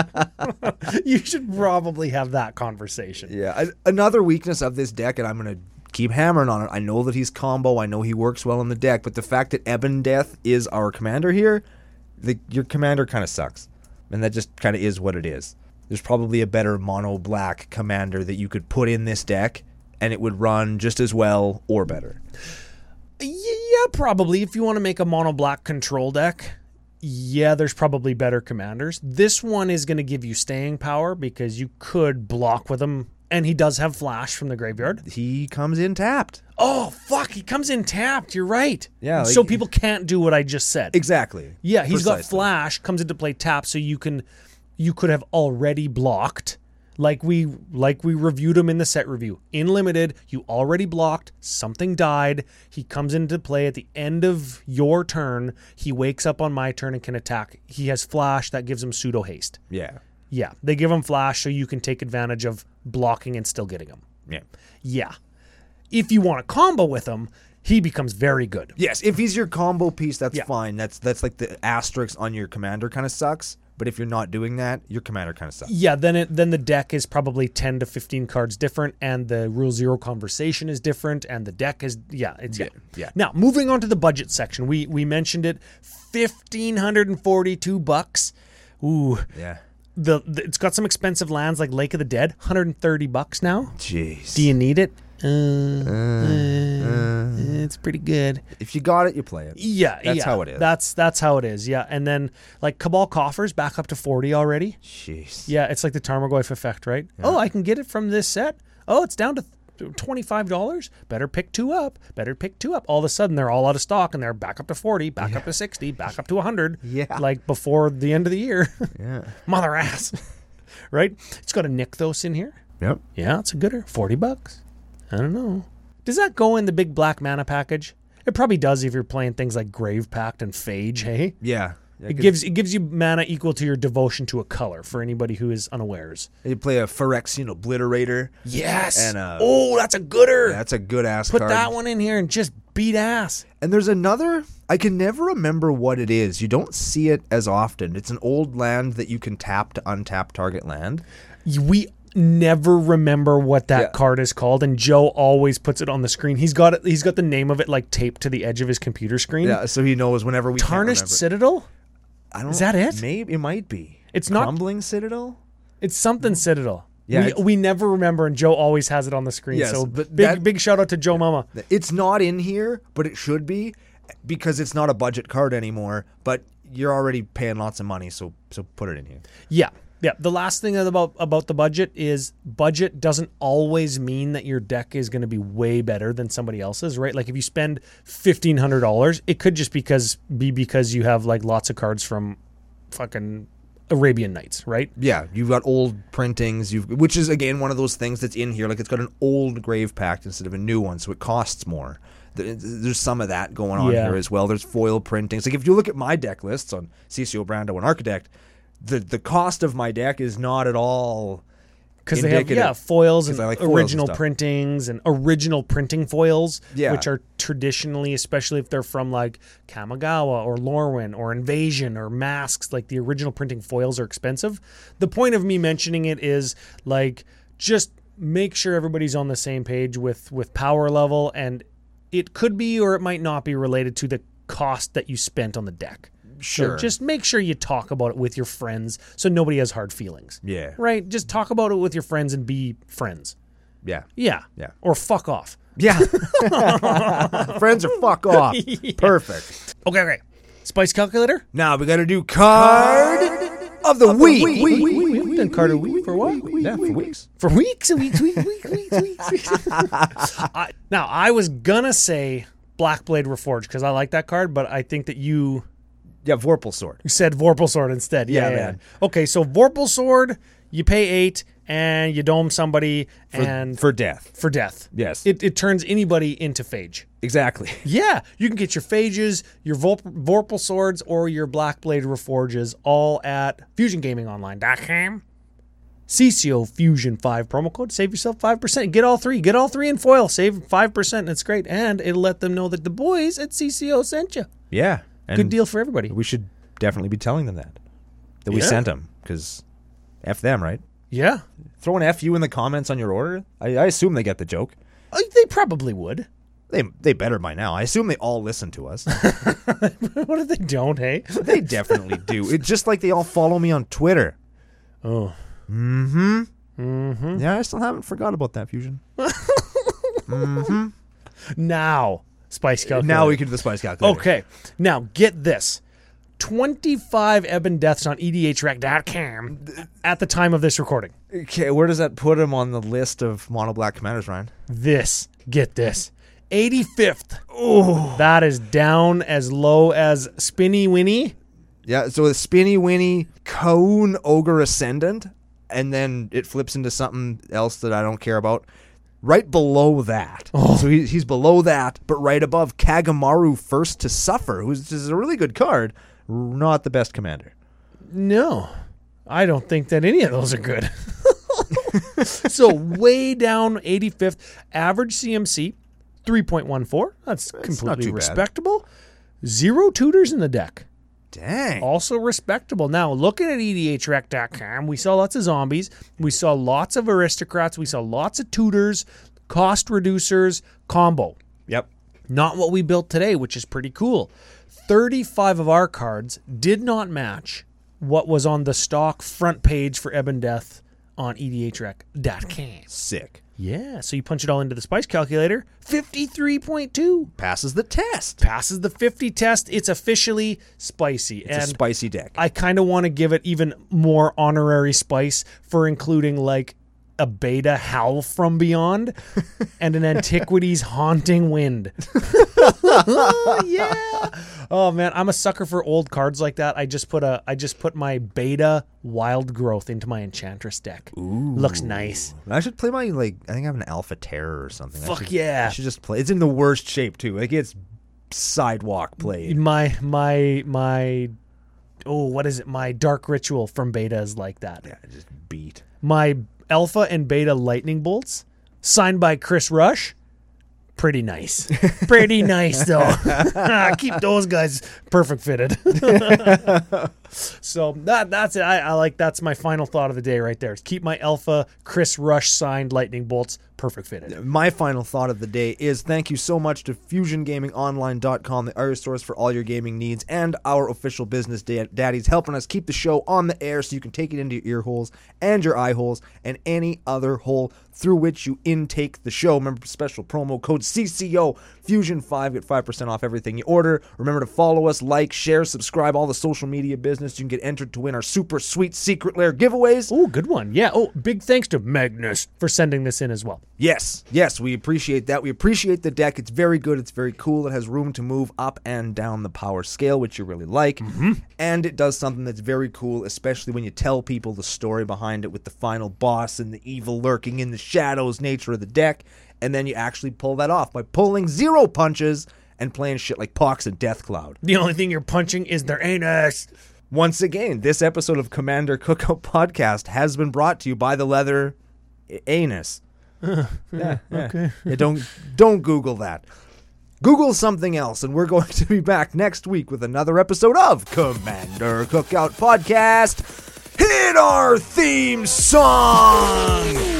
S2: you should probably have that conversation.
S1: Yeah, I, another weakness of this deck, and I'm gonna keep hammering on it. I know that he's combo. I know he works well in the deck, but the fact that Ebon Death is our commander here, the, your commander kind of sucks, and that just kind of is what it is. There's probably a better mono black commander that you could put in this deck, and it would run just as well or better.
S2: Y- Yeah, probably. If you want to make a mono black control deck, yeah, there's probably better commanders. This one is going to give you staying power because you could block with them and he does have Flash from the graveyard.
S1: He comes in tapped.
S2: Oh fuck, he comes in tapped. You're right.
S1: Yeah, like-
S2: so people can't do what I just said.
S1: Exactly.
S2: yeah, he's got
S1: Precisely.
S2: Flash comes into play tapped, so you can, you could have already blocked. Like we like we reviewed him in the set review. In limited, you already blocked, something died. He comes into play at the end of your turn. He wakes up on my turn and can attack. He has flash that gives him pseudo haste.
S1: Yeah.
S2: Yeah, they give him flash so you can take advantage of blocking and still getting him.
S1: Yeah.
S2: Yeah. If you want to combo with him, he becomes very good.
S1: Yes, if he's your combo piece, that's
S2: Yeah.
S1: fine. That's that's like the asterisk on your commander kind of sucks. But if you're not doing that, your commander kind of sucks.
S2: Yeah, then it then the deck is probably 10 to 15 cards different and the rule zero conversation is different and the deck is yeah, it's yeah.
S1: yeah.
S2: Now, moving on to the budget section. We we mentioned it 1542 bucks. Ooh.
S1: Yeah.
S2: The, the it's got some expensive lands like Lake of the Dead, 130 bucks now.
S1: Jeez.
S2: Do you need it? Uh, uh, it's pretty good.
S1: if you got it, you play it.
S2: Yeah,
S1: That's
S2: yeah.
S1: how it is.
S2: That's that's how it is. Yeah, and then like Cabal coffers back up to forty already.
S1: Jeez.
S2: Yeah, it's like the Tarmogoyf effect, right? Oh, I can get it from this set. Oh, it's down to twenty five dollars. Better pick two up. Better pick two up. All of a sudden, they're all out of stock, and they're back up to forty, back up to sixty, back up to hundred.
S1: Yeah.
S2: like before the end of the year.
S1: Yeah.
S2: Mother ass, right? It's got a Nykthos in here.
S1: Yep.
S2: Yeah, it's a gooder. Forty bucks. I don't know. Does that go in the big black mana package? It probably does if you're playing things like Grave Pact and Phage. Hey,
S1: Yeah. Yeah,
S2: it
S1: 'cause
S2: gives it gives you mana equal to your devotion to a color. For anybody who is unawares.
S1: you play a Phyrexian Obliterator.
S2: Yes.
S1: And, uh,
S2: oh, that's a gooder.
S1: That's a good ass
S2: Put
S1: card.
S2: that one in here and just beat ass.
S1: And there's another. I can never remember what it is. You don't see it as often. It's an old land that you can tap to untap target land.
S2: Y- We never remember what that
S1: Yeah.
S2: card is called, and Joe always puts it on the screen. He's got it. He's got the name of it like taped to the edge of his computer screen.
S1: Yeah, so he knows whenever we can't
S2: Tarnished
S1: remember.
S2: Citadel.
S1: I don't,
S2: Is that it?
S1: Maybe it might be.
S2: It's not-
S1: crumbling citadel.
S2: It's something Citadel.
S1: Yeah,
S2: we,
S1: it's-
S2: we never remember, and Joe always has it on the screen.
S1: Yes,
S2: so
S1: but
S2: big
S1: that-
S2: big shout out to Joe Mama.
S1: It's not in here, but it should be because it's not a budget card anymore. But you're already paying lots of money, so so put it in here.
S2: Yeah, yeah. The last thing about about the budget is budget doesn't always mean that your deck is going to be way better than somebody else's, right? Like if you spend fifteen hundred dollars, it could just because be because you have like lots of cards from fucking Arabian Nights, right?
S1: Yeah, you've got old printings, you've which is again one of those things that's in here. Like it's got an old grave pact instead of a new one, so it costs more. There- There's some of that going on
S2: Yeah.
S1: here as well. There's foil printings. Like if you look at my deck lists on CCO Brando and Architect, the the cost of my deck is not at all
S2: because they have
S1: indicative.
S2: yeah foils and
S1: I like foils and
S2: original
S1: stuff.
S2: printings and original printing foils,
S1: Yeah.
S2: which are traditionally, especially if they're from like Kamigawa or Lorwyn or Invasion or Masks, like the original printing foils are expensive. The point of me mentioning it is like just make sure everybody's on the same page with with power level, and it could be or it might not be related to the cost that you spent on the deck.
S1: Sure.
S2: So just make sure you talk about it with your friends so nobody has hard feelings.
S1: Yeah.
S2: Right? Just talk about it with your friends and be friends.
S1: Yeah.
S2: Yeah.
S1: Yeah.
S2: Or fuck off.
S1: Yeah. Friends are fuck off. Perfect.
S2: Okay, okay. Spice calculator?
S1: Now we got to do card of the week.
S2: We haven't done card a week for a while.
S1: Yeah, for weeks.
S2: For weeks and weeks, weeks, weeks, weeks, weeks. weeks. I, now, I was gonna say Black Blade Reforged because I like that card, but I think that you
S1: Yeah, Vorpal sword.
S2: said Vorpal Sword instead. Yeah,
S1: Yeah,
S2: yeah.
S1: man.
S2: Okay, so Vorpal Sword, you pay eight and you dome somebody and
S1: for death.
S2: for death.
S1: Yes.
S2: It, it turns anybody into phage.
S1: Exactly.
S2: Yeah, you can get your phages, your Vol- Vorpal swords, or your Blackblade reforges all at fusiongamingonline.com. CCO Fusion 5 promo code. Save yourself 5%. Get all three. Get all three in foil. Save 5%. And it's great. And it'll let them know that the boys at CCO sent you.
S1: Yeah. And
S2: Good deal for everybody.
S1: We should definitely be telling them that. That we
S2: Yeah.
S1: sent them because F them, right?
S2: Yeah.
S1: Throw an F you in the comments on your order. I, I assume they get the joke.
S2: Uh, They probably would.
S1: They they better by now. I assume they all listen to us.
S2: what if they don't, hey?
S1: they definitely do. It's just like they all follow me on Twitter. Mm-hmm.
S2: Oh.
S1: Yeah, I still haven't forgot about that fusion.
S2: Now, Spice Calculator.
S1: Now we can do the spice calculator.
S2: Okay. Now, get this. 25 ebon deaths on E edhrec.com at the time of this recording.
S1: Okay, where does that put him on the list of mono black commanders, Ryan?
S2: This, get this, 85th. That is down as low as Spinny Winnie.
S1: Yeah, so it's Spinny Winnie, Cone Ogre Ascendant, and then it flips into something else that I don't care about. Right below that. So he, he's below that, but right above Kagamaru First to Suffer, who's is a really good card, r- not the best commander.
S2: No, I don't think that any of those are good. so way down 85th, average CMC 3.14. That's completely
S1: too bad.
S2: respectable. Zero tutors in the deck.
S1: Dang.
S2: Also respectable. Now, looking at E edhrec.com, we saw lots of zombies. We saw lots of aristocrats. We saw lots of tutors, cost reducers, combo
S1: Yep.
S2: not what we built today, which is pretty cool. 35 of our cards did not match what was on the stock front page for Ebon Death on E edhrec.com.
S1: Sick.
S2: Yeah, so you punch it all into the spice calculator, 53.2
S1: Passes the test.
S2: passes the 50 test. It's officially spicy.
S1: It's a
S2: and
S1: spicy deck.
S2: I kind of want to give it even more honorary spice for including like a beta howl from beyond and an antiquities haunting wind. yeah. Oh man, I'm a sucker for old cards like that. I just put a I just put my beta wild growth into my enchantress deck. Ooh. Looks nice.
S1: I should play my like. I think I have an Alpha Terror or something. I
S2: Fuck
S1: should-
S2: yeah.
S1: I should just play. It's in the worst shape too. Like it's sidewalk played.
S2: My my my oh, what is it? My dark ritual from beta is like that.
S1: Yeah, just beat.
S2: my alpha and beta lightning bolts signed by Chris Rush. Pretty nice. Pretty nice though. Keep those guys perfect fitted. so that that's it. I, I like that's my final thought of the day right there. Is keep my alpha Chris Rush signed lightning bolts perfect fitted.
S1: My final thought of the day is thank you so much to FusionGamingOnline.com, the Irish source for all your gaming needs, and our official business da- daddies helping us keep the show on the air so you can take it into your ear holes and your eye holes and any other hole through which you intake the show. Remember special promo code CCO Fusion5 get 5% off everything you order. Remember to follow us, like, share, subscribe, all the social media business. You can get entered to win our super sweet secret lair giveaways.
S2: Oh, good one. Yeah. Oh, big thanks to Magnus for sending this in as well.
S1: Yes, yes, we appreciate that. We appreciate the deck. It's very good. It's very cool. It has room to move up and down the power scale, which you really like. And it does something that's very cool, especially when you tell people the story behind it with the final boss and the evil lurking in the shadows nature of the deck. And then you actually pull that off by pulling zero punches and playing shit like Pox and Death Cloud.
S2: The only thing you're punching is their anus.
S1: Once again, this episode of Commander Cookout Podcast has been brought to you by the leather a- anus. yeah, Okay. don't don't Google that. Google something else, and we're going to be back next week with another episode of Commander Cookout Podcast. Hit our theme song.